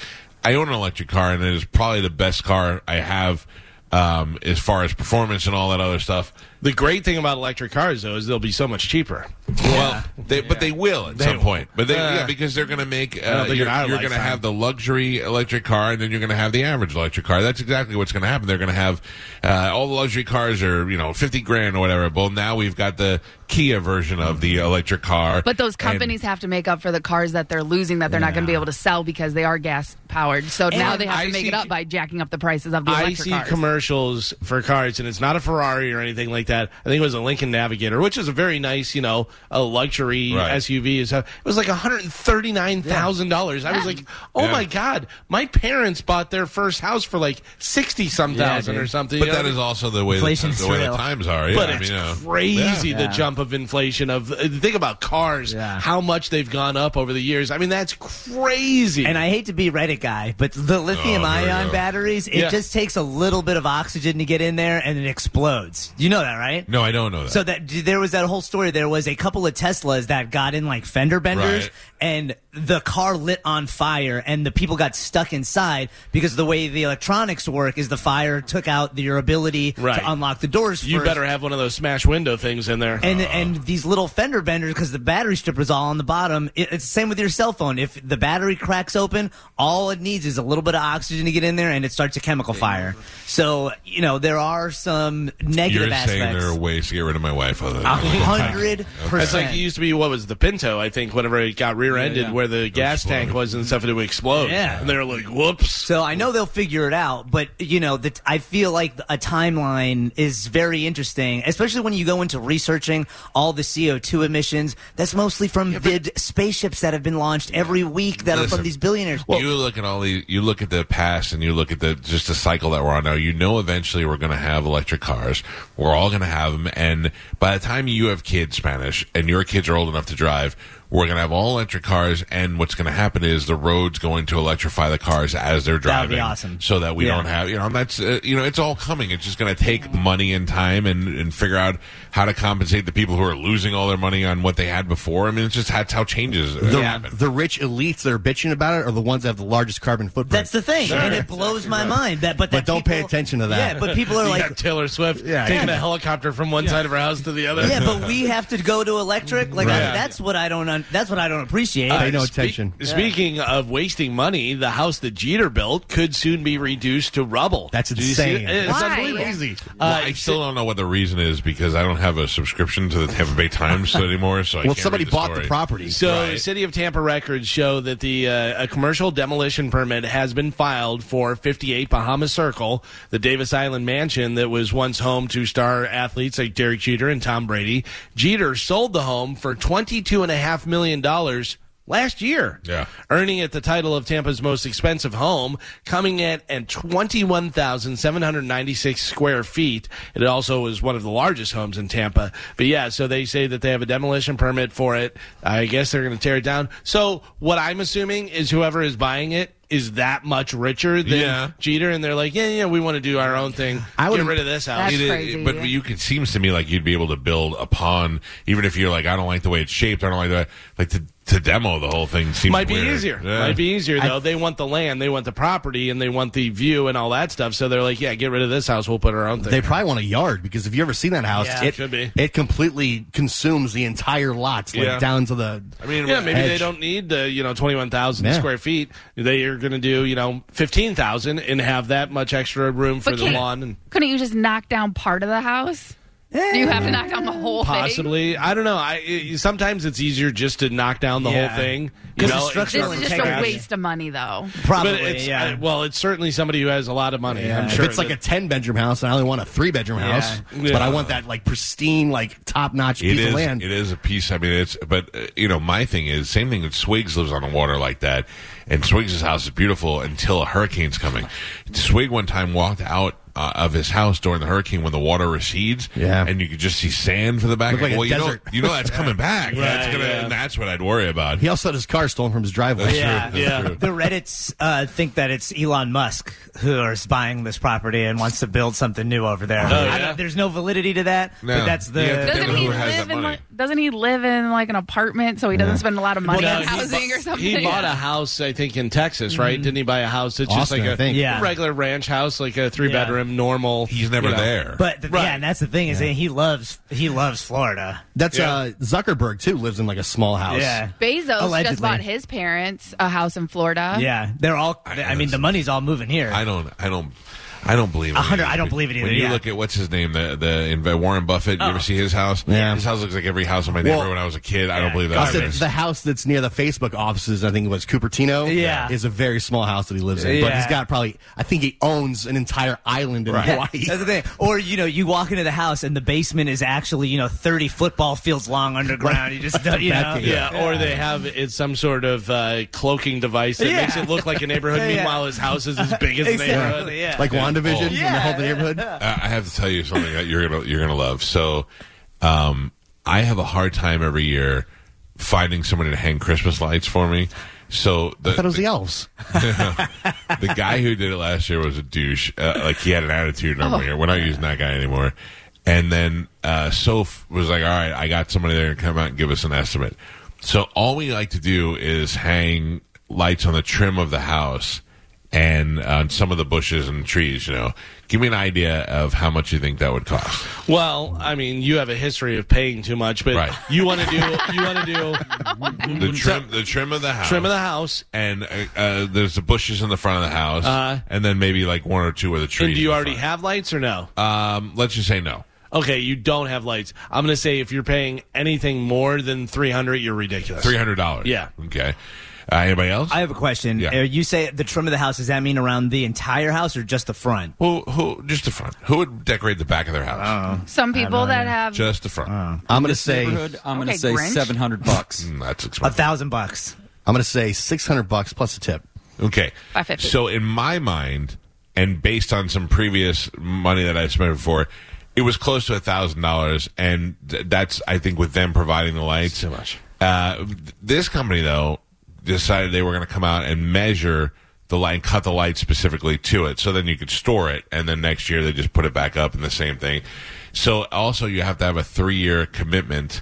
I own an electric car and it is probably the best car I have um, as far as performance and all that other stuff.
The great thing about electric cars, though, is they'll be so much cheaper.
Well, they, but they will at
They
some
will.
point. But they,
Uh,
yeah, because they're going to make
I don't
uh,
think
you're,
in our
you're going to
lifetime.
have the luxury electric car, and then you're going to have the average electric car. That's exactly what's going to happen. They're going to have uh, all the luxury cars are you know fifty grand or whatever. Well, now we've got the Kia version of the electric car.
But those
and-
companies have to make up for the cars that they're losing that they're not going to be able to sell because they are gas powered. So now
And
they have
I
to make
see-
it up by jacking up the prices of the
I
electric
see
cars.
commercials for cars, and it's not a Ferrari or anything like that. I think it was a Lincoln Navigator, which is a very nice, you know, a luxury
Right.
SUV. It was like one hundred thirty nine thousand dollars. I was like, oh
Yeah.
my god, my parents bought their first house for like sixty some
Yeah,
thousand
dude.
or something.
But
you know
that
what I
is
mean?
also the way the- Inflation's the way the real. times are, yeah,
but
I
it's
mean, uh,
crazy
yeah.
the
Yeah.
jump of inflation of uh, think about cars, how much they've gone up over the years. I mean, that's crazy.
And I hate to be Reddit guy, but the lithium
Oh, here we
ion
go.
batteries, it
Yeah.
just takes a little bit of oxygen to get in there and it explodes. You know that, right?
No, I don't know that.
So that d- there was that whole story. There was a couple of Teslas that got in like fender benders,
Right.
and the car lit on fire, and the people got stuck inside because the way the electronics work is the fire took out your ability
Right.
to unlock the doors.
you
first.
better have one of those smash window things in there.
And and these little fender benders because the battery strip is all on the bottom. It, it's the same with your cell phone. If the battery cracks open, all it needs is a little bit of oxygen to get in there, and it starts a chemical fire. So you know there are some negative
You're saying there
aspects.
are ways to get rid of my wife other than
Uh-huh.
A hundred
That's like
percent.
it used to be. What was the Pinto? I think whenever it got rear-ended,
Yeah, yeah.
where the gas tank was and stuff, it would explode.
Yeah.
and they're like, "Whoops!" So
I know they'll figure it out, but you know that I feel like a timeline is very interesting, especially when you go into researching all the CO two emissions. That's mostly from the spaceships that have been launched every week that are
Listen,
from these billionaires.
you look at all these. You look at the past, and you look at the just the cycle that we're on now. You know, eventually we're going to have electric cars. We're all going to have them, and by the time you have kids, Spanish, and your kids are old enough to drive, We're going to have all electric cars, and what's going to happen is the road's going to electrify the cars as they're
That would
driving.
be awesome.
So that we
Yeah.
don't have, you know, and that's, uh, you know, it's all coming. It's just going to take money and time and, and figure out how to compensate the people who are losing all their money on what they had before. I mean, it's just that's how changes uh,
The,
happen.
the rich elites that are bitching about it are the ones that have the largest carbon footprint.
That's the thing, and it blows my mind. That, but that
But don't pay attention to that.
Yeah, but people are
You
like,
got Taylor Swift
Yeah,
taking
yeah.
a helicopter from one side of her house to the other.
yeah, but we have to go to electric. Like I-
Right.
that's what I don't. Un- that's what I don't appreciate.
Uh,
Pay no
speak-
attention.
Speaking of wasting money, the house that Jeter built could soon be reduced to rubble.
That's
Did you see
insane.
it? It's
Why?
unbelievable.
Crazy.
Uh,
I still don't know what the reason is because I don't have a subscription to the Tampa Bay Times anymore. So I
well,
can't
somebody
read
bought
story.
the property.
So, City of Tampa records show that the uh, a commercial demolition permit has been filed for 58 Bahama Circle, the Davis Island mansion that was once home to star athletes like Derek Jeter and Tom Brady. Jeter sold the home for 22 and a half million dollars last year.
Yeah.
Earning it the title of Tampa's most expensive home, coming in at 21,796 square feet. It also was one of the largest homes in Tampa. But yeah, so they say that they have a demolition permit for it. I guess they're going to tear it down. So what I'm assuming is whoever is buying it is that much richer than
Yeah.
Jeter, and they're like, yeah, yeah, we want to do our own thing.
I would-
Get rid of this house.
That's
It is-
crazy,
but
yeah.
you could seems to me like you'd be able to build upon even if you're like I don't like the way it's shaped. I don't like that. Like to, to demo the whole thing seems
Might be
weird.
easier.
Yeah.
Might be easier though. they want the land, they want the property, and they want the view and all that stuff. So they're like, yeah, get rid of this house. We'll put our own thing.
They probably want a yard because if you ever seen that house,
Yeah,
it
should be.
it completely consumes the entire lot, like
Yeah.
down to the.
I mean,
yeah, maybe they
Edge.
don't need the you know twenty one thousand
Yeah.
square feet. They are going to do you know fifteen thousand and have that much extra room for
But
the
can't-
lawn and
Couldn't you just knock down part of the house? Do you have to knock down the whole thing?
possibly. I don't know. I it, sometimes it's easier just to knock down the
Yeah.
whole thing.
'Cause the
You know,
structural
This
instead
is
of
just
trash.
a waste of money, though.
Probably.
But it's
yeah.
uh, well, it's certainly somebody who has a lot of money. I'm
If
sure
it's like a
that-
ten bedroom house and I only want a three bedroom
Yeah.
house,
Yeah.
but I want that like pristine, like top notch
It
piece
is.
of land.
It is a piece. I mean, it's. But uh, you know, my thing is same thing. That Swigs lives on the water like that, and Swigs' house is beautiful until a hurricane's coming. Swig one time walked out uh, of his house during the hurricane when the water recedes,
Yeah.
and you could just see sand for the back.
Looked like a
well, you
desert.
know, you know that's coming back. that's gonna.
yeah.
And that's what I'd worry about.
He also had his car stolen from his driveway.
Yeah,
true. That's true.
The Reddit's uh, think that it's Elon Musk who is buying this property and wants to build something new over there. I
yeah?
don't- there's no validity to that,
No.
but that's the.
Yeah,
Doesn't
Yeah,
he
who has
live
that
in
money?
like, Doesn't he live in like an apartment so he doesn't spend a lot of money
Well,
on
no, he
housing
bu-
or something?
He bought a house, I think, in Texas, right? Didn't he buy a house? It's
Austin,
just
I
like a
think.
Yeah.
regular ranch house, like a three bedroom, normal.
He's never
you know.
there.
But the,
Right.
yeah, and that's the thing is that he loves he loves Florida.
That's uh, Zuckerberg too lives in like a small house.
Yeah.
Bezos
Allegedly.
just bought his parents a house in Florida.
Yeah, they're all. I, mean, the money's all moving here.
I don't. I don't. I don't believe it.
A hundred-
either.
I don't believe it either,
When you
yeah.
look at what's his name, the the inv- Warren Buffett. You ever see his house?
Yeah.
his house looks like every house in my
Well-
neighborhood when I was a kid. I don't believe that.
Also,
either.
the house that's near the Facebook offices, I think it was Cupertino,
Yeah.
is a very small house that he lives in. But
Yeah.
he's got probably, I think he owns an entire island in
Yeah,
Hawaii.
that's the thing. Or you know, you walk into the house and the basement is actually you know thirty football fields long underground. You just don't, you know,
Backing
Yeah, or they have it's some sort of uh, cloaking device that
Yeah.
makes it look like a neighborhood.
Yeah.
Meanwhile, his house is as big as the neighborhood.
exactly. Yeah,
Like WandaVision and
Oh.
the
Yeah,
whole neighborhood.
I I have to tell you something that you're gonna you're gonna love. So, um, I have a hard time every year finding somebody to hang Christmas lights for me. So the,
I thought it was the elves.
the guy who did it last year was a douche. Uh, like he had an attitude. Number here, we're not using that guy anymore. And then uh, Soph was like, "All right, I got somebody there to come out and give us an estimate." So all we like to do is hang lights on the trim of the house and on some of the bushes and trees. You know, give me an idea of how much you think that would cost.
Well, I mean, you have a history of paying too much, but
Right.
you want to do you want to do
The trim, the trim of the house,
Mm-hmm. trim of the house.
and uh, uh, there's the bushes in the front of the house,
Uh-huh.
and then maybe like one or two of the trees.
And do
in
you
the
already
front.
have lights or no?
Um, let's just say no.
Okay, you don't have lights. I'm going to say if you're paying anything more than 300, you're ridiculous.
Three hundred dollars.
Yeah.
Okay. Uh, anybody else?
I have a question.
Yeah.
Uh, You say the trim of the house. Does that mean around the entire house or just the front?
who? Who? Just the front. Who would decorate the back of their
Uh-huh.
house?
Some people that have
just the front.
I'm going to say, I'm
Neighborhood, I'm going to
Okay,
say
Grinch.
700 bucks.
Mm, that's
A
expensive.
thousand bucks.
going to say 600 bucks plus a tip.
Okay.
550.
So in my mind, and based on some previous money that I spent before, it was close to a thousand dollars, and th- that's I think with them providing the lights.
It's too much.
Uh, this company though decided they were going to come out and measure the light and cut the light specifically to it, so then you could store it, and then next year they just put it back up in the same thing. So also you have to have a three year commitment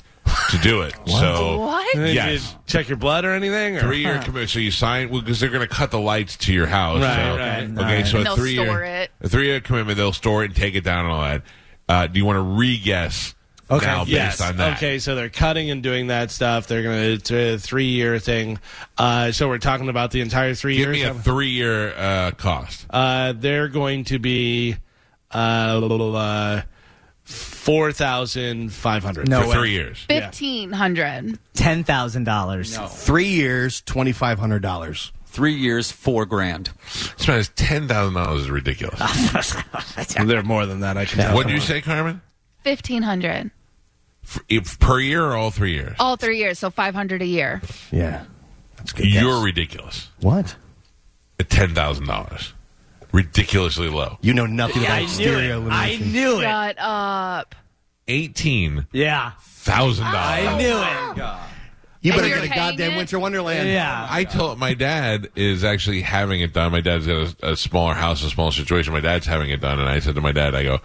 to do it. So
What?
Did
Yes.
you check your blood or anything? Or?
Three year commitment. So you sign because they're going to cut the lights to your house.
Right,
so,
right.
Okay, so
And
a
they'll
three
store
year,
it.
a three year commitment. They'll store it and take it down and all that. Uh, do you want to re-guess
Okay.
now based
yes.
on that?
Okay, so they're cutting and doing that stuff. They're going to a three year thing. Uh, so we're talking about the entire three
Give
years.
me a three year uh, cost.
uh, they're going to be uh, little, uh, four thousand five hundred.
for three years.
Fifteen hundred.
ten thousand dollars.
Three years, twenty five hundred dollars.
Three years, four grand.
This man is ten thousand dollars is ridiculous.
They're more than that. I can tell.
what did you say, Carmen?
Fifteen hundred.
For, if, per year or all three years?
All three years, so five hundred a year.
Yeah, that's a good. guess.
You're ridiculous.
what?
At ten thousand dollars, ridiculously low.
You know nothing
Yeah, I
about
knew it. I
stereo illumination.
knew it.
Shut up.
Eighteen
Yeah,
thousand
I
dollars.
knew it.
You better
And you're
get a
paying
goddamn
it?
winter wonderland.
Yeah.
I told my dad is actually having it done. My dad's got a, a smaller house, a smaller situation. My dad's having it done, and I said to my dad, "I go,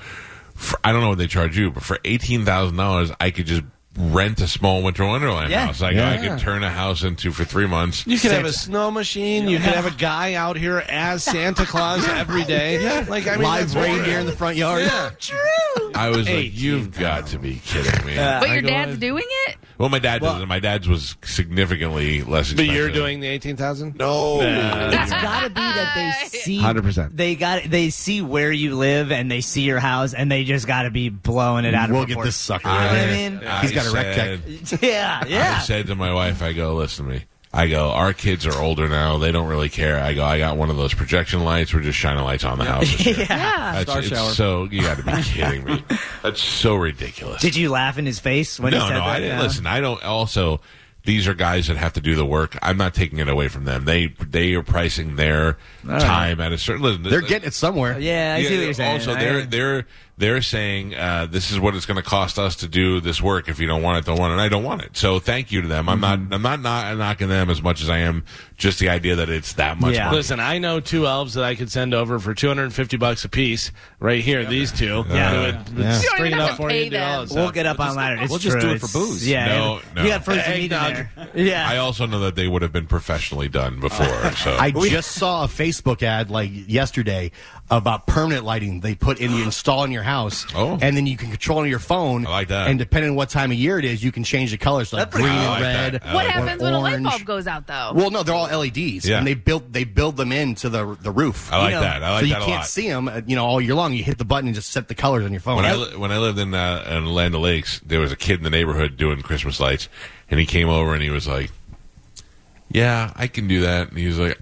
for, I don't know what they charge you, but for eighteen thousand dollars, I could just rent a small winter wonderland
Yeah.
house. I go, I could turn a house into for three months.
You could have a snow machine. You could have a guy out here as Santa Claus every day. Like I mean,
Live
that's what-
reindeer in the front yard.
I was like, you've got to be kidding me.
But
I
your
go
dad's
in.
doing it?
Well, my dad doesn't. My dad's was significantly less.
But
Expensive.
you're doing the eighteen thousand.
no.
It's got to be that they see
100%.
They got they see where you live and they see your house and they just got to be blowing it out.
We'll
of
get
proportion.
this sucker.
You know
out
what I
of here.
mean?
I
He's got a rec
said-
tech.
Yeah,
I
yeah.
said to my wife, I go, listen to me. I go, our kids are older now. They don't really care. I go, I got one of those projection lights. We're just shining lights on the house. this year."
Yeah.
That's,
Star
it's
shower.
so you got to be kidding me. That's so ridiculous.
Did you laugh in his face when
no,
he said
no,
that?
I didn't
No.
listen. I don't. Also, these are guys that have to do the work. I'm not taking it away from them. They they are pricing their time at a certain. Listen,
They're getting it somewhere.
Yeah, I see what you're saying.
Also,
I-
they're they're they're saying uh, this is what it's going to cost us to do this work. If you don't want it, don't want it. And I don't want it. So thank you to them. I'm
Mm-hmm.
not I'm not, not knocking them as much as I am just the idea that it's that much
Yeah.
money.
Listen, I know two elves that I could send over for 250 bucks a piece right here. These two,
Yeah.
They would- would
Yeah.
You don't
string
even
it up
have to
for
pay
you. and do all
them.
that
We'll
stuff.
get up on ladder. It's
we'll just
true.
do it for
It's-
booze.
Yeah,
No,
and-
no.
you got frozen meat in
Eggnog.
there. Yeah,
I also know that they would have been professionally done before. So
I just saw a Facebook ad like yesterday about permanent lighting they put in you install in your house.
Oh.
And then you can control on your phone.
I like that.
And depending on what time of year it is, you can change the colors like green
cool. I
and
like
red.
that. I
What
like that.
happens when a light
Uh, orange.
bulb goes out though?
Well, no, they're all LEDs,
Yeah.
and they build they build them into the the roof.
I like
know,
that. I like
so you
that a
can't
lot.
see them, you know, all year long. You hit the button and just set the colors on your phone.
When I, li- when I lived in, uh, in Land Lakes, there was a kid in the neighborhood doing Christmas lights, and he came over and he was like, "Yeah, I can do that." And he was like,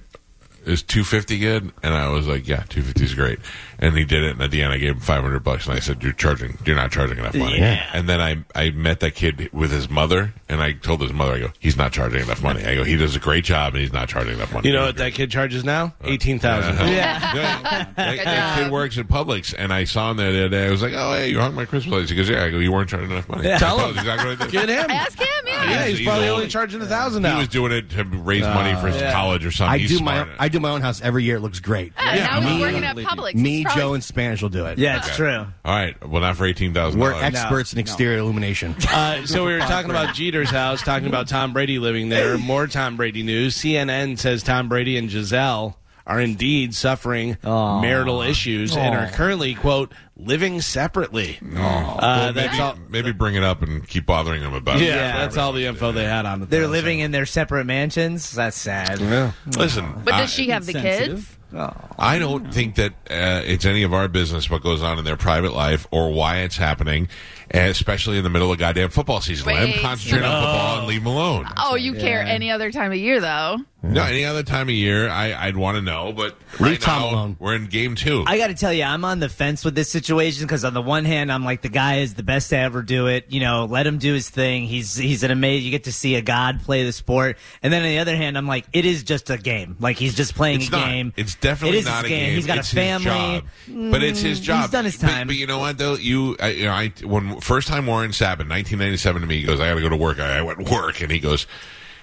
"Is two fifty good?" And I was like, "Yeah, two fifty is great." And he did it, and at the end, I gave him five hundred bucks, and I said, "You're charging. You're not charging enough money."
Yeah.
And then I I met that kid with his mother, and I told his mother, "I go, he's not charging enough money. I go, he does a great job, and he's not charging enough money."
You know what that kid charges now? Eighteen thousand.
Uh-huh. Yeah. That, that kid works at Publix, and I saw him there the other day. I was like, "Oh, hey, you hung my Christmas lights." He goes, "Yeah." I go, "You weren't charging enough money."
Tell
That was
him.
exactly what I did.
Get him.
Ask him, yeah.
Yeah, he's,
He's
probably
old.
only charging a thousand
He
now.
was doing it to raise money for his college or something.
I
He's
do
smart.
my I do my own house every year. It looks great.
Yeah, now he's working at
Me,
Publix.
Me,
He's probably-
Joe, and Spanish will do it.
yeah, it's true.
All right, well, not for eighteen thousand.
we're experts in exterior illumination.
Uh, so we were talking about Jeter's house, talking about Tom Brady living there. More Tom Brady news. CNN says Tom Brady and Giselle are indeed suffering marital issues and are currently quote living separately. Uh, that's
maybe,
all.
maybe bring it up and keep bothering them about
Yeah,
it.
that's all the info they had on it.
They're
though, so.
living in their separate mansions. That's sad.
Listen,
But
I,
does she have the kids?
I don't think that uh, it's any of our business what goes on in their private life or why it's happening, especially in the middle of goddamn football season. Let
Wait.
them concentrate on football and leave them alone.
Oh, you care any other time of year though.
No, any other time of year, I, I'd want to know. But
Leave
right
Tom
now,
alone.
we're in game two.
I got to tell you, I'm on the fence with this situation because on the one hand, I'm like the guy is the best to ever do it. You know, let him do his thing. He's he's an amazing. You get to see a god play the sport. And then on the other hand, I'm like, it is just a game. Like he's just playing
it's
a
not.
game.
It's definitely
It is
not
his
a game.
He's got
It's
a
his
family. Mm,
job. but it's his job.
he's done his
But-
time.
But, you know what though? You, I, you know, I when first time Warren Sapp in 1997 to me, he goes, I got to go to work. I, I went work, and he goes,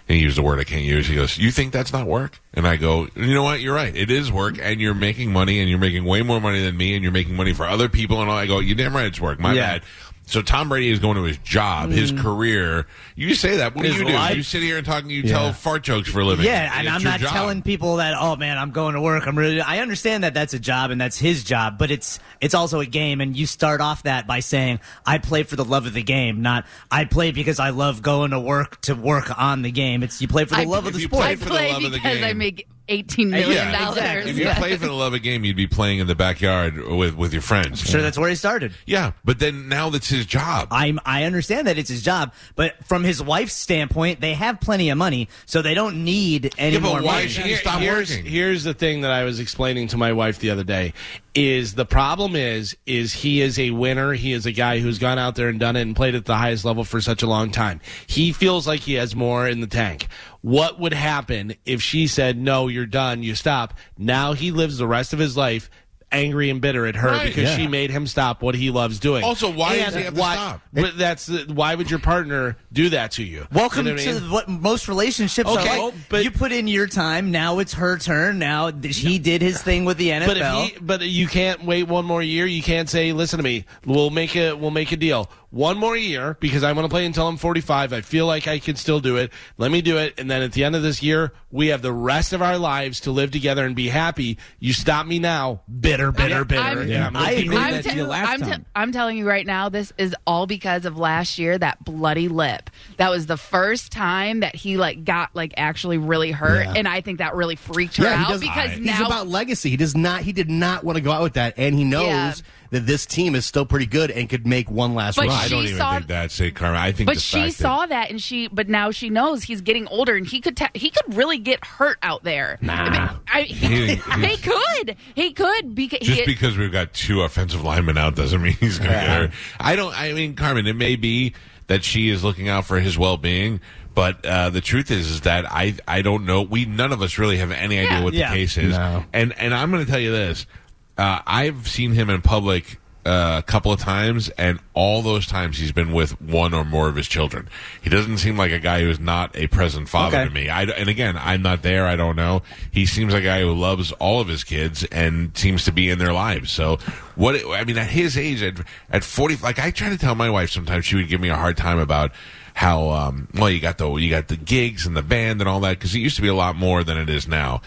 and he used a word I can't use. He goes, "You think that's not work?" And I go, "You know what? You're right. It is work, and you're making money, and you're making way more money than me, and you're making money for other people." And all. I go, "You damn right, it's work. My
Yeah.
bad." So Tom Brady is going to his job, his
Mm.
career. You say that. What
His
do you do?
life-
You sit here and talk. You
Yeah.
tell fart jokes for a living.
Yeah, and
It's
I'm
your
not
job.
telling people that. Oh man, I'm going to work. I'm really. I understand that that's a job and that's his job, but it's it's also a game. And you start off that by saying, "I play for the love of the game," not "I play because I love going to work to work on the game." It's you play for the
I-
love of the
If you
sport.
I
for the
play
love of the
because I
game.
make eighteen million
Yeah,
dollars.
If you played for the love of game, you'd be playing in the backyard with with your friends.
Sure, that's where he started.
Yeah, but then now that's his job.
I'm I understand that it's his job, but from his wife's standpoint, they have plenty of money, so they don't need any
Yeah, but
more
why
money.
is she- Stop
here's,
working.
here's the thing that I was explaining to my wife the other day is the problem is is he is a winner. He is a guy who's gone out there and done it and played at the highest level for such a long time. He feels like he has more in the tank. What would happen if she said, "No, you're done. You stop." Now he lives the rest of his life angry and bitter at her
Right.
because
Yeah.
she made him stop what he loves doing.
Also, why does
And
he have to
why,
stop?
But that's the- why would your partner do that to you?
Welcome
You know what I
to
mean?
what most relationships
Okay,
are like.
but-
you put in your time. Now it's her turn. Now th- he did his thing with the NFL.
But if he, but you can't wait one more year. You can't say, "Listen to me. We'll make a we'll make a deal. One more year because I want to play until I'm 45. I feel like I can still do it. Let me do it. And then at the end of this year, we have the rest of our lives to live together and be happy. You stop me now, bitter, bitter, bitter.
I'm-
Yeah, I'm
I
gonna keep
agree.
I'm,
that
te-
deal last
I'm, te-
time.
I'm telling you right now, this is all because of last year that bloody lip. That was the first time that he like got like actually really hurt,
Yeah.
and I think that really freaked her
he
out
doesn't-
because
he's
now
about legacy. He does not. He did not want to go out with that, and he knows
Yeah.
that this team is still pretty good and could make one last
But
run.
I
she
don't even
saw-
think that's it, Carmen. I think,
But
the
she
fact that-
saw that, and she. But now she knows he's getting older, and he could. ta he could really get hurt out there. I mean, I-
He-
he could. He could because
Just because we've got two offensive linemen out doesn't mean he's going to get hurt. I don't. I mean, Carmen, it may be that she is looking out for his well-being, but uh, the truth is, is that I I don't know. We none of us really have any idea what
Yeah.
the case is.
No.
And and I'm going to tell you this: uh, I've seen him in public. Uh, a couple of times, and all those times he's been with one or more of his children. He doesn't seem like a guy who's not a present father
Okay.
to me. I, and again, I'm not there. I don't know. He seems like a guy who loves all of his kids and seems to be in their lives. So, what I mean, at his age, at, at 40, like I try to tell my wife sometimes, she would give me a hard time about how um, well you got the you got the gigs and the band and all that because it used to be a lot more than it is now.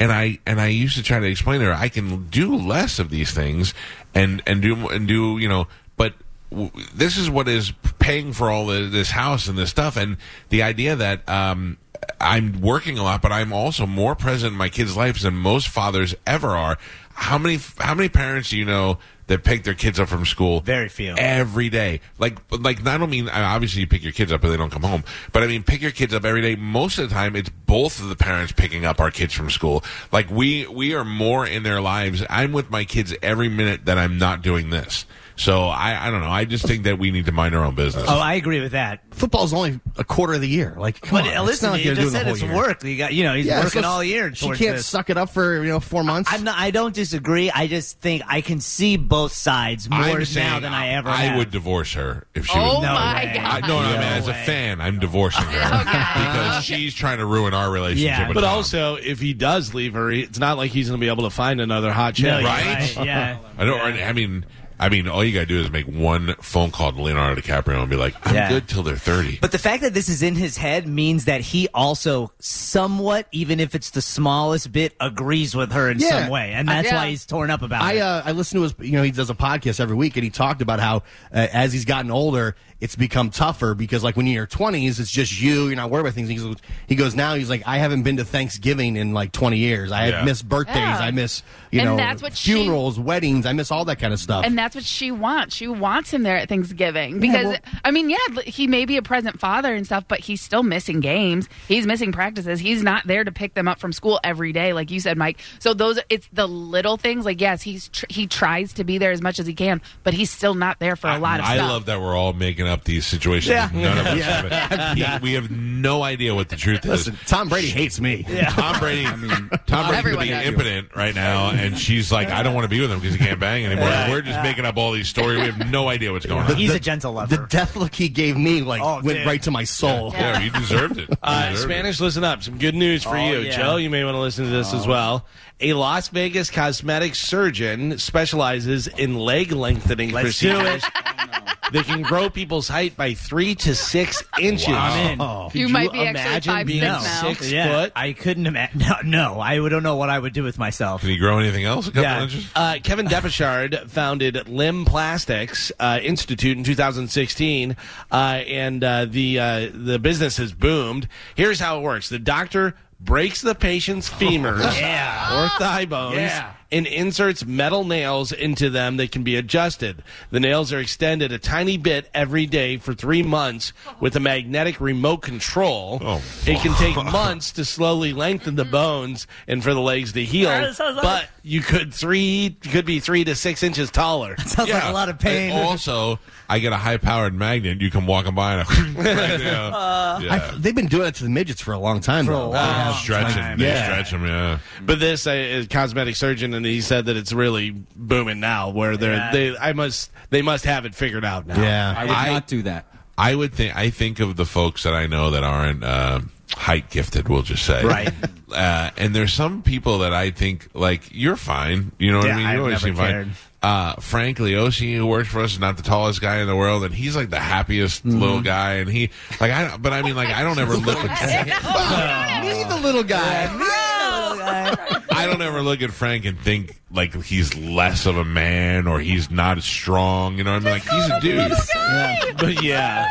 And I and I used to try to explain to her I can do less of these things and and do and do you know, but w- this is what is paying for all the, this house and this stuff and the idea that um, i'm working a lot but i'm also more present in my kids' lives than most fathers ever are how many how many parents do you know that pick their kids up from school
Very few.
every day like like i don't mean I- obviously you pick your kids up and they don't come home but i mean pick your kids up every day most of the time it's both of the parents picking up our kids from school like we we are more in their lives i'm with my kids every minute that i'm not doing this so I, I don't know. I just think that we need to mind our own business.
oh, I agree with that.
Football's only a quarter of the year. Like, come
But
on,
uh,
it's
listen,
not like
you
they're
just
doing the
said
whole
it's
year.
work. You got you know he's
Yeah,
working
so
all year.
She
towards
can't
this.
suck it up for you know four months.
I'm not, I don't disagree. I just think I can see both sides more
I'm
now
saying
than I ever.
I
have.
would didivorce her if she.
Oh
was,
No
my
way.
god!
I, no, no, I mean,
No
as a
way.
fan, I'm divorcing her because she's trying to ruin our relationship.
Yeah.
with
But
But
Tom.
also, if he does leave her, he- it's not like he's going to be able to find another hot chick.
No, you're
Right?
right? Yeah.
I don't. I mean, I mean, all you gotta do is make one phone call to Leonardo DiCaprio and be like, "I'm
Yeah.
good till they're 30.
But the fact that this is in his head means that he also somewhat, even if it's the smallest bit, agrees with her in
Yeah.
some way, and that's
Yeah.
why he's torn up about
I
it.
uh, I listen to his. You know, he does a podcast every week, and he talked about how uh, as he's gotten older, it's become tougher because like when you're in your 20s, it's just you. You're not worried about things. He goes, he goes now. He's like, I haven't been to Thanksgiving in like 20 years. I
Yeah.
miss birthdays.
Yeah.
I miss you
And
know
that's what she-
funerals, weddings. I miss all that kind of stuff.
And that's what she wants. She wants him there at Thanksgiving because I mean, yeah, l- he may be a present father and stuff, but he's still missing games. He's missing practices. He's not there to pick them up from school every day, like you said, Mike. So those it's the little things. Like yes, he's tr- he tries to be there as much as he can, but he's still not there for a lot of
I
stuff.
love that we're all making up these situations.
Yeah.
None of us
Yeah.
have it.
Yeah.
He- we have no idea what the truth is.
Listen, Tom Brady hates me.
Tom Brady, Tom Brady could
Everyone
be
does.
impotent right now, and she's like, "I don't want to be with him because he can't bang anymore." We're just making up all these stories. We have no idea what's going on.
He's a gentle lover.
The death look he gave me like
Oh,
went
dude.
right to my soul.
Yeah, you deserved it. You
Uh,
deserved it.
Spanish, listen up. Some good news for
Oh,
you,
yeah. Oh.
Joe. You may want to listen to this as well. A Las Vegas cosmetic surgeon specializes in leg lengthening
Let's do
procedures. They can grow people's height by three to six inches.
I'm in.
Could
You might be actually
imagine
five
being
six now.
six
Yeah,
foot.
I couldn't imagine. No, no, I don't know what I would do with myself.
Did he grow anything else? A couple
Yeah.
inches?
Uh, Kevin Depichard founded Limb Plastics uh, Institute in 2016, uh, and uh, the uh, the business has boomed. Here's how it works: the doctor breaks the patient's femurs or thigh bones.
Yeah.
And inserts metal nails into them that can be adjusted. The nails are extended a tiny bit every day for three months with a magnetic remote control.
Oh.
It can take months to slowly lengthen the bones and for the legs to heal.
Yeah, that sounds like-
But you could three could be three to six inches taller.
Sounds like a lot of pain.
And also, I get a high powered magnet. You come walking by and I, right there.
I-
yeah.
they've been doing it to the midgets for a long time.
For a
though.
long
Yeah.
stretch them. They
Yeah.
stretch them. Yeah.
But this uh, is cosmetic surgeon, and he said that it's really booming now. Where they're
Yeah.
they I must they must have it figured out
I
now.
Yeah.
would not do that.
I would think. I think of the folks that I know that aren't uh, height gifted. We'll just say
Right.
Uh, and there's some people that I think like you're fine. You know what
Yeah,
I mean? You
I've
always seem
never cared.
fine. Uh, Frank Leosi, who works for us, is not the tallest guy in the world, and he's like the happiest little guy. And he, like, I, don't- but I mean, like, I don't ever look at
Me, the little guy.
I don't ever look at Frank and think like he's less of a man or he's not as strong. You know what I mean? Like he's a dude.
But
Oh
yeah.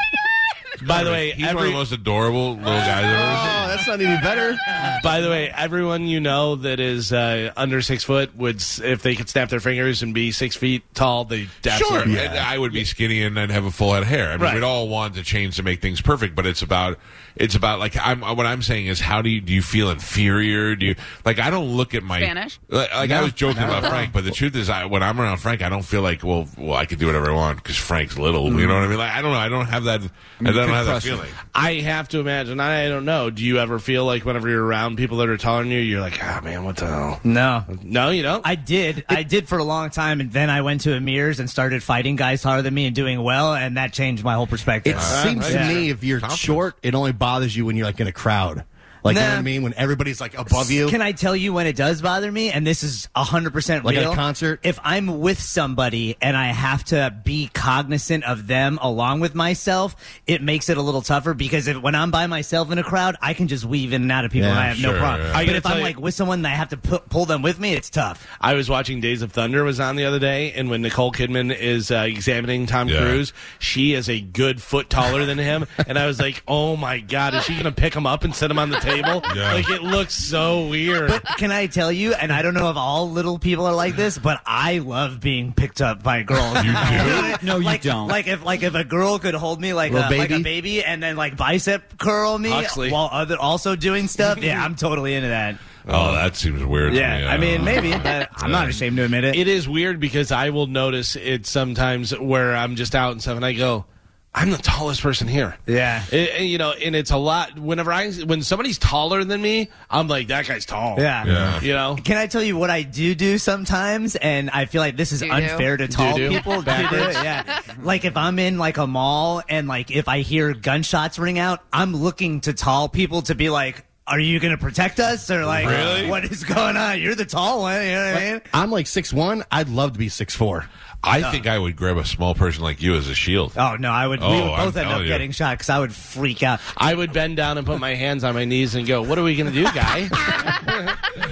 By the way,
he's one
every,
of the most adorable little guys I've
Oh,
ever seen.
that's not even better.
By the way, everyone you know that is uh, under six foot would, s- if they could snap their fingers and be six feet tall, they
Sure,
absolutely
and I would be skinny and I'd have a full head of hair. I mean,
Right.
we'd all want to change to make things perfect, but it's about it's about like I'm what I'm saying is how do you do you feel inferior? Do you like I don't look at my
Spanish?
Like, like, I was joking about Frank, but the truth is, I when I'm around Frank, I don't feel like well, well, I can do whatever I want because Frank's little. You know what I mean? Like I don't know, I don't have that. I, don't
could
have that
crush him.
feeling.
I have to imagine. I don't know. Do you ever feel like whenever you're around people that are taller than you, you're like, ah, man, what the hell?
No.
No, you don't.
I did. I did for a long time, and then I went to Amir's and started fighting guys taller than me and doing well, and that changed my whole perspective.
It seems to
Yeah.
me if you're short, it only bothers you when you're like in a crowd. Like you know
Nah.
what I mean? When everybody's like above you.
Can I tell you when it does bother me? And this is 100%
Like at a
real.
concert?
If I'm with somebody and I have to be cognizant of them along with myself, it makes it a little tougher because if, when I'm by myself in a crowd, I can just weave in and out of people
Yeah,
and I have
sure,
no problem.
yeah.
I
But
gotta
if
tell
I'm
you-
like with someone and I have to pu- pull them with me, it's tough.
I was watching Days of Thunder was on the other day, and when Nicole Kidman is uh, examining Tom
Yeah.
Cruise, she is a good foot taller than him, and I was like, oh my god, is she gonna pick him up and set him on the table?
Yeah.
Like it looks so weird.
Can I tell you? And I don't know if all little people are like this, but I love being picked up by girls. You do?
No, you
like,
don't.
Like if like if a girl could hold me like a,
Little
like a
baby?
baby and then like bicep curl me
Huxley.
while other also doing stuff. Yeah, I'm totally into that.
Oh, that seems weird. to me.
Yeah, I
don't
mean
know.
maybe but I'm not ashamed to admit it.
It is weird because I will notice it sometimes where I'm just out and stuff, and I go, "I'm the tallest person here."
Yeah.
It- and, you know, and it's a lot. Whenever I when somebody's taller than me, I'm like, "That guy's tall."
Yeah.
Yeah.
you know.
Can I tell you what I do do sometimes? And I feel like this is
Do-do.
unfair to tall
Do-do.
people. do yeah. Like if I'm in like a mall and like if I hear gunshots ring out, I'm looking to tall people to be like, "Are you going to protect us?" Or like,
Really?
"What is going on? You're the tall one." You know what I mean?
I'm like six one. I'd love to be six four.
I think I would grab a small person like you as a shield.
Oh no, I would. we
Oh,
would
I'm
both end
telling
up
you.
getting shot because I would freak out.
I would bend down and put my hands on my knees and go, "What are we gonna do, guy?"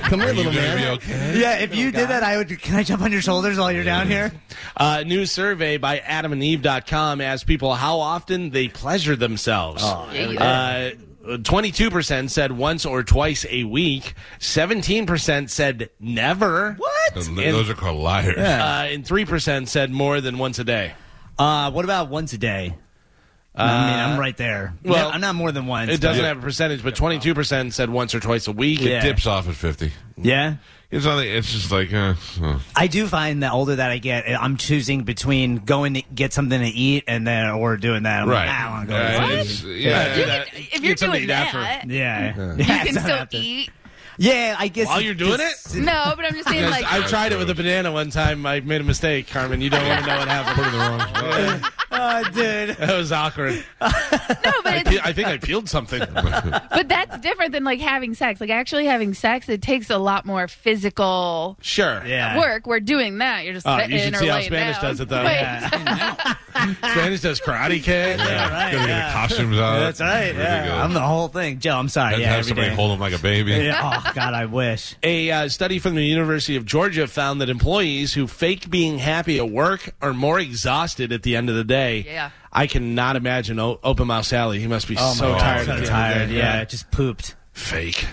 Come here,
Are you
little
gonna
man.
be okay?
Yeah, if you did that, I would. Can I jump on your shoulders while you're down here?
A Uh, new survey by AdamandEve.com asked people how often they pleasure themselves. Uh, 22% said once or twice a week. 17% said never. What?
Those,
And,
those are called liars.
uh, and 3% said more than once a day.
Uh, what about once a day? I mean, I'm right there.
well,
No, I'm not more than once.
It doesn't
but-
have a percentage, but 22% said once or twice a week.
It Yeah.
Dips off at fifty.
Yeah.
It's only. It's just like. Uh, uh.
I do find the older that I get, eh, I'm choosing between going to get something to eat and then or doing that. I'm
Right.
Like, "Ah, I want to go.
Uh,
to
it's- yeah.
If you're doing that,
Yeah.
you
Yeah,
can
it's
still
not that-
eat.
Yeah, I guess
While
it-
you're doing
it's-
No, but I'm just saying,
Because
like,
I tried it with a banana one time. I made a mistake, Carmen. You don't want to know what happened. Put it the wrong
Oh, dude.
That was awkward.
no, but
I,
it's
pe- I think I peeled something.
but that's different than like having sex. Like actually having sex, it takes a lot more physical
Sure.
Yeah.
work. We're doing that. You're just
Oh,
sitting
you should
or
see how
laying
Spanish
down.
does it, though.
Wait,
Yeah.
Spanish does karate kick.
Yeah, right,
Gotta get
yeah.
costumes out.
That's right. Yeah. I'm the whole thing. Joe, I'm sorry.
Have,
yeah,
have
every
somebody
day.
hold him like a baby.
Yeah. Oh, God, I wish.
A uh, study from the University of Georgia found that employees who fake being happy at work are more exhausted at the end of the day.
Yeah.
I cannot imagine o- Open Mouth Sally. He must be so
God,
tired. at
Oh, So
the end of
tired.
the
Yeah.
day.
Just pooped.
Fake.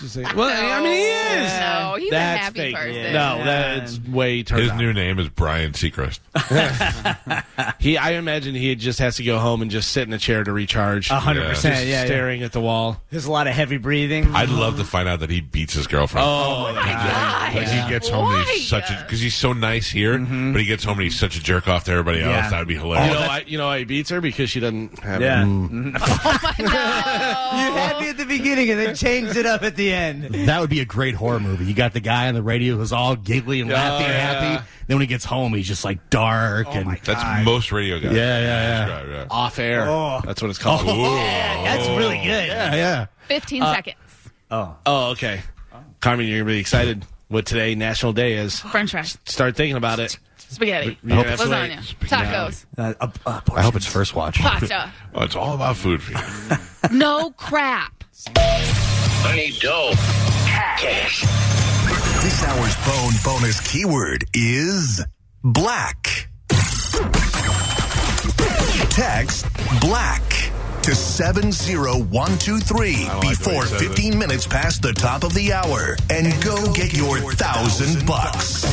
Just like- well, I mean, he is.
No, he's
That's
a happy
fake.
person.
No, that's way turned
His
off.
new name is Brian Seacrest.
He, I imagine he just has to go home and just sit in a chair to recharge.
A hundred
Yeah.
percent. Yeah. yeah.
staring at the wall.
There's a lot of heavy breathing.
I'd love to find out that he beats his girlfriend.
Oh, my God.
Like he gets home and he's
Why?
such a because he's so nice here, but he gets home and he's such a jerk off to everybody
Mm-hmm. Yeah.
else. That would be
You
hilarious.
know, I, you know, I beats her because she doesn't have.
yeah.
Mm.
No.
You had me at the beginning and then changed it up at the end.
That would be a great horror movie. You got the guy on the radio who's all giggly and laughing and
yeah.
happy. Then when he gets home, he's just like dark
Oh,
and
That's most radio guys.
yeah, yeah, yeah,
Right, right.
Off air.
Oh.
That's what it's called.
That's really good.
yeah, yeah.
15 seconds.
Oh, okay. Carmen, you're gonna be excited. What today, National Day is.
French fries,
Start thinking about it.
spaghetti,
You're gonna have to
lasagna, tacos,
Uh, ab- uh,
I hope it's first watch.
pasta.
Oh, it's all about food for you.
No crap.
This hour's phone bonus keyword is black. Text black to 70123 before 15 minutes past the top of the hour and, go, get, your, thousand bucks.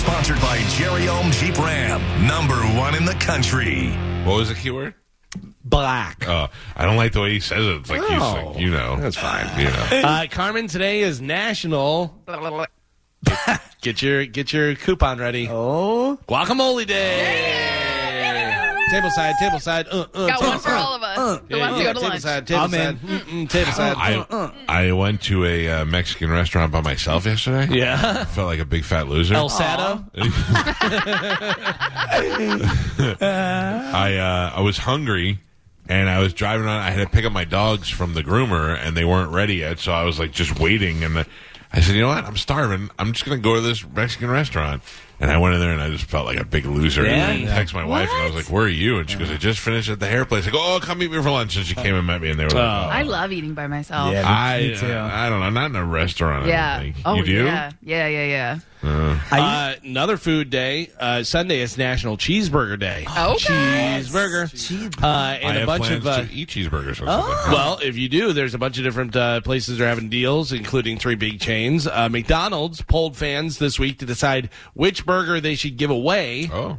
Sponsored by Jerry Ohm Jeep Ram, number one in the country.
What was the keyword?
Black.
Uh, I don't like the way he says it. It's like, he's like you know, that's fine. You know,
Uh, Carmen, today is National. Get your get your coupon ready. Oh, Guacamole Day. Table side, table side. Uh, uh,
Got
table
one for
side.
all of us who wants to go to
table
lunch.
side, table
I'm in.
side, mm-mm, table side.
I I went to a uh, Mexican restaurant by myself yesterday.
yeah,
I felt like a big fat loser.
El Sato.
I uh, I was hungry and I was driving on. I had to pick up my dogs from the groomer and they weren't ready yet, so I was like just waiting. And the, I said, you know what? I'm starving. I'm just gonna go to this Mexican restaurant. And I went in there and I just felt like a big loser. and I texted my wife and I was like, "Where are you?" And she goes, "I just finished at the hair place." I go, "Oh, come meet me for lunch." And she came and met me, and they were like, oh.
I love eating by myself.
Yeah.
I,
Me too.
I don't know, not in a restaurant. I
Yeah.
don't think.
Oh,
you do?
yeah. Yeah, yeah, yeah.
Uh, another food day. Uh, Sunday is National Cheeseburger Day.
Okay.
Cheeseburger. Uh,
I
and a
have
bunch
plans
of uh, Oh.
to eat cheeseburgers. on Sunday.
Well, if you do, there's a bunch of different uh, places that are having deals, including three big chains. Uh, McDonald's polled fans this week to decide which burger they should give away.
oh,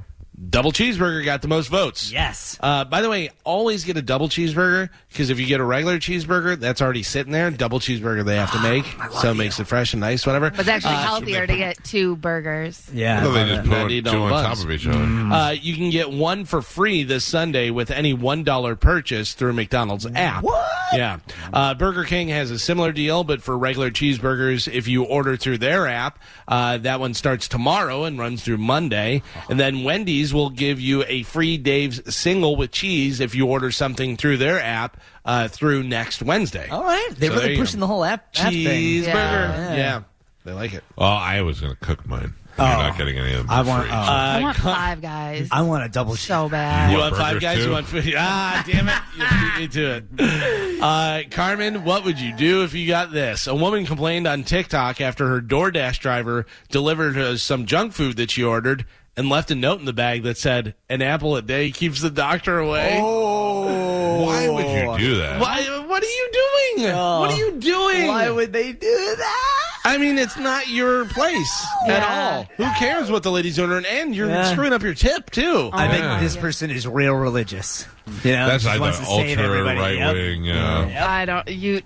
Double cheeseburger got the most votes.
Yes.
Uh, by the way, always get a double cheeseburger because if you get a regular cheeseburger, that's already sitting there. Double cheeseburger they have to make, so it makes it fresh and nice, whatever.
It's actually healthier to get two burgers.
I
Yeah.
thought they just
I
put
need
two
no
on
buns.
top of each other.
Uh, you can get one for free this Sunday with any $1 purchase through McDonald's app. What? Yeah. Uh, Burger King has a similar deal, but for regular cheeseburgers, if you order through their app, uh, that one starts tomorrow and runs through Monday. And then Wendy's will give you a free Dave's single with cheese if you order something through their app uh, through next Wednesday.
All right. They're
So there
really
you go.
pushing the whole app, app thing.
Cheeseburger.
Yeah.
Oh, Yeah. They like it.
Oh, I was going to cook mine. You're not getting any of them.
Oh. I
for
want-
free.
oh.
I want five guys
I want a double
so
You
bad.
You
want
want five
burgers,
guys?
too?
You want food? Ah, damn it! You beat me to it. Uh, Carmen, what would you do if you got this? A woman complained on TikTok after her DoorDash driver delivered her some junk food that she ordered and left a note in the bag that said, "An apple a day keeps the doctor away."
Oh.
Why would you do that?
Why? What are you doing?
Oh.
What are you doing?
Why would they do that?
I mean, it's not your place
Yeah.
at all. Who cares what the lady's doing? And- And you're
Yeah.
screwing up your tip, too.
I think this person is real religious. You know,
That's
just
like
wants
the
to save
ultra
everybody. Yep.
right wing. Uh,
I don't. You,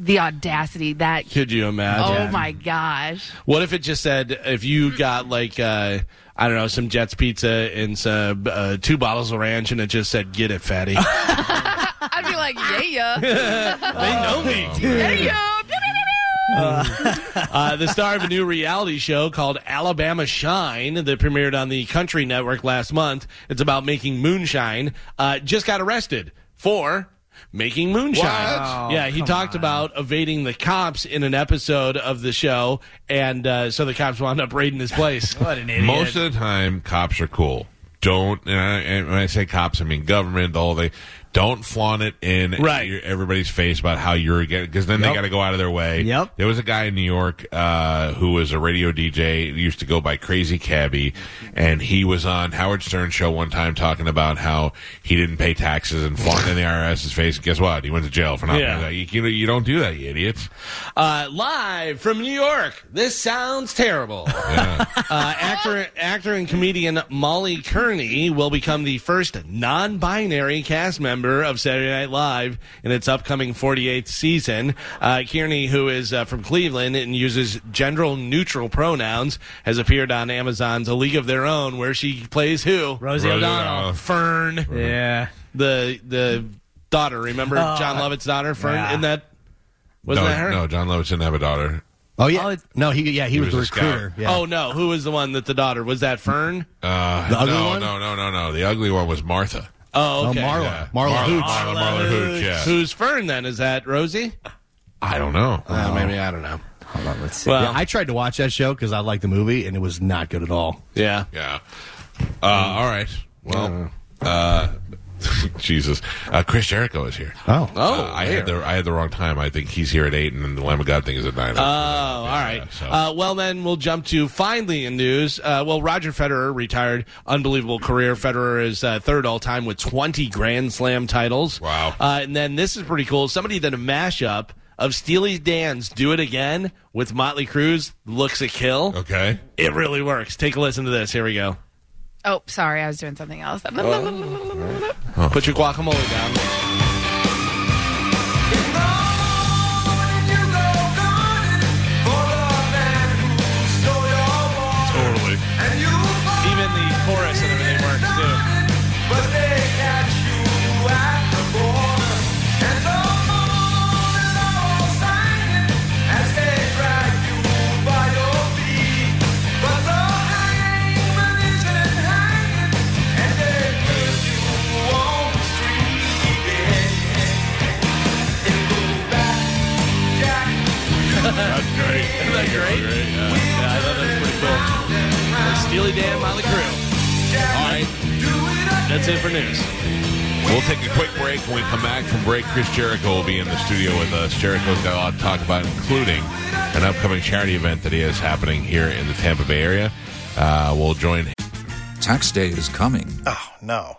the audacity that.
Could you imagine?
Oh my gosh.
What if it just said if you got like uh, I don't know some Jets pizza and some, uh, two bottles of ranch and it just said get it fatty? they
I'd be like, yeah, yeah,
know me.
yeah, yeah. pew, pew, pew, pew.
Uh, the star of a new reality show called Alabama Shine that premiered on the Country Network last month. It's about making moonshine. Uh, just got arrested for making moonshine.
Oh,
What?
Yeah, he talked about evading the cops in an episode of the show, and uh, so the cops wound up raiding his place.
What an idiot!
most of the time, cops are cool. Don't and, I, and when I say cops, I mean government. The whole thing. Don't flaunt it in
Right.
your- everybody's face about how you're getting because then they got to go out of their way.
Yep.
There was a guy in New York uh, who was a radio DJ. He used to go by Crazy Cabby, and he was on Howard Stern's show one time talking about how he didn't pay taxes and flaunted in the IRS's face. Guess what? He went to jail for not
Yeah.
paying that. You, you know, you don't do that, you idiots.
Uh, live from New York. This sounds terrible. uh, actor, actor and comedian Molly Kearney will become the first non-binary cast member of Saturday Night Live in its upcoming 48th season. Uh, Kearney, who is uh, from Cleveland and uses gender-neutral pronouns, has appeared on Amazon's A League of Their Own, where she plays who?
Rosie
Rosie
O'Donnell.
O'Donnell.
Fern
Yeah.
the the daughter. Remember John Lovett's daughter, Fern,
yeah.
in that. Wasn't
Oh, no,
that her?
no, John Lovitz didn't have a daughter.
Oh yeah,
Oh, it's-
no, he yeah he, was,
was a
the
scout.
recruiter. Yeah.
Oh no, who was the one that the daughter was that Fern?
Uh,
The ugly
no,
one?
no, no, no, no. The ugly one was Martha.
Oh,
Oh,
okay.
Marla,
Yeah.
Marla, Hooch.
Marla, Marla Hooch, yeah.
Who's Fern then? Is that Rosie?
I Uh, don't know.
Uh, maybe I don't know.
Oh. Hold on, let's see.
Well,
Yeah, I tried to watch that show because I liked the movie, and it was not good at all.
yeah.
Yeah. Uh, all right. Well, uh, Jesus. Uh, Chris Jericho is here.
Oh,
Oh,
Uh, I had the I had the wrong time. I think he's here at eight, and then the Lamb of God thing is at nine.
Oh, all right.
so-
uh, well, then we'll jump to finally in news. Uh, well, Roger Federer retired. Unbelievable career. Federer is uh, third all time with 20 Grand Slam titles.
Wow.
Uh, and then this is pretty cool. Somebody did a mashup of Steely Dan's Do It Again with Motley Crue's Looks a Kill.
okay.
It really works. Take a listen to this. Here we go.
Oh, sorry, I was doing something else.
Put your guacamole down.
Totally.
Even the chorus and everything works too.
That's great. Isn't
that great?
yeah.
Yeah, I thought that was pretty cool. Like Steely Dan, Motley Crue.
All right.
That's it for news.
We'll take a quick break. When we come back from break, Chris Jericho will be in the studio with us. Jericho's got a lot to talk about, including an upcoming charity event that he has happening here in the Tampa Bay area. Uh, we'll join
Tax day is coming.
Oh, no.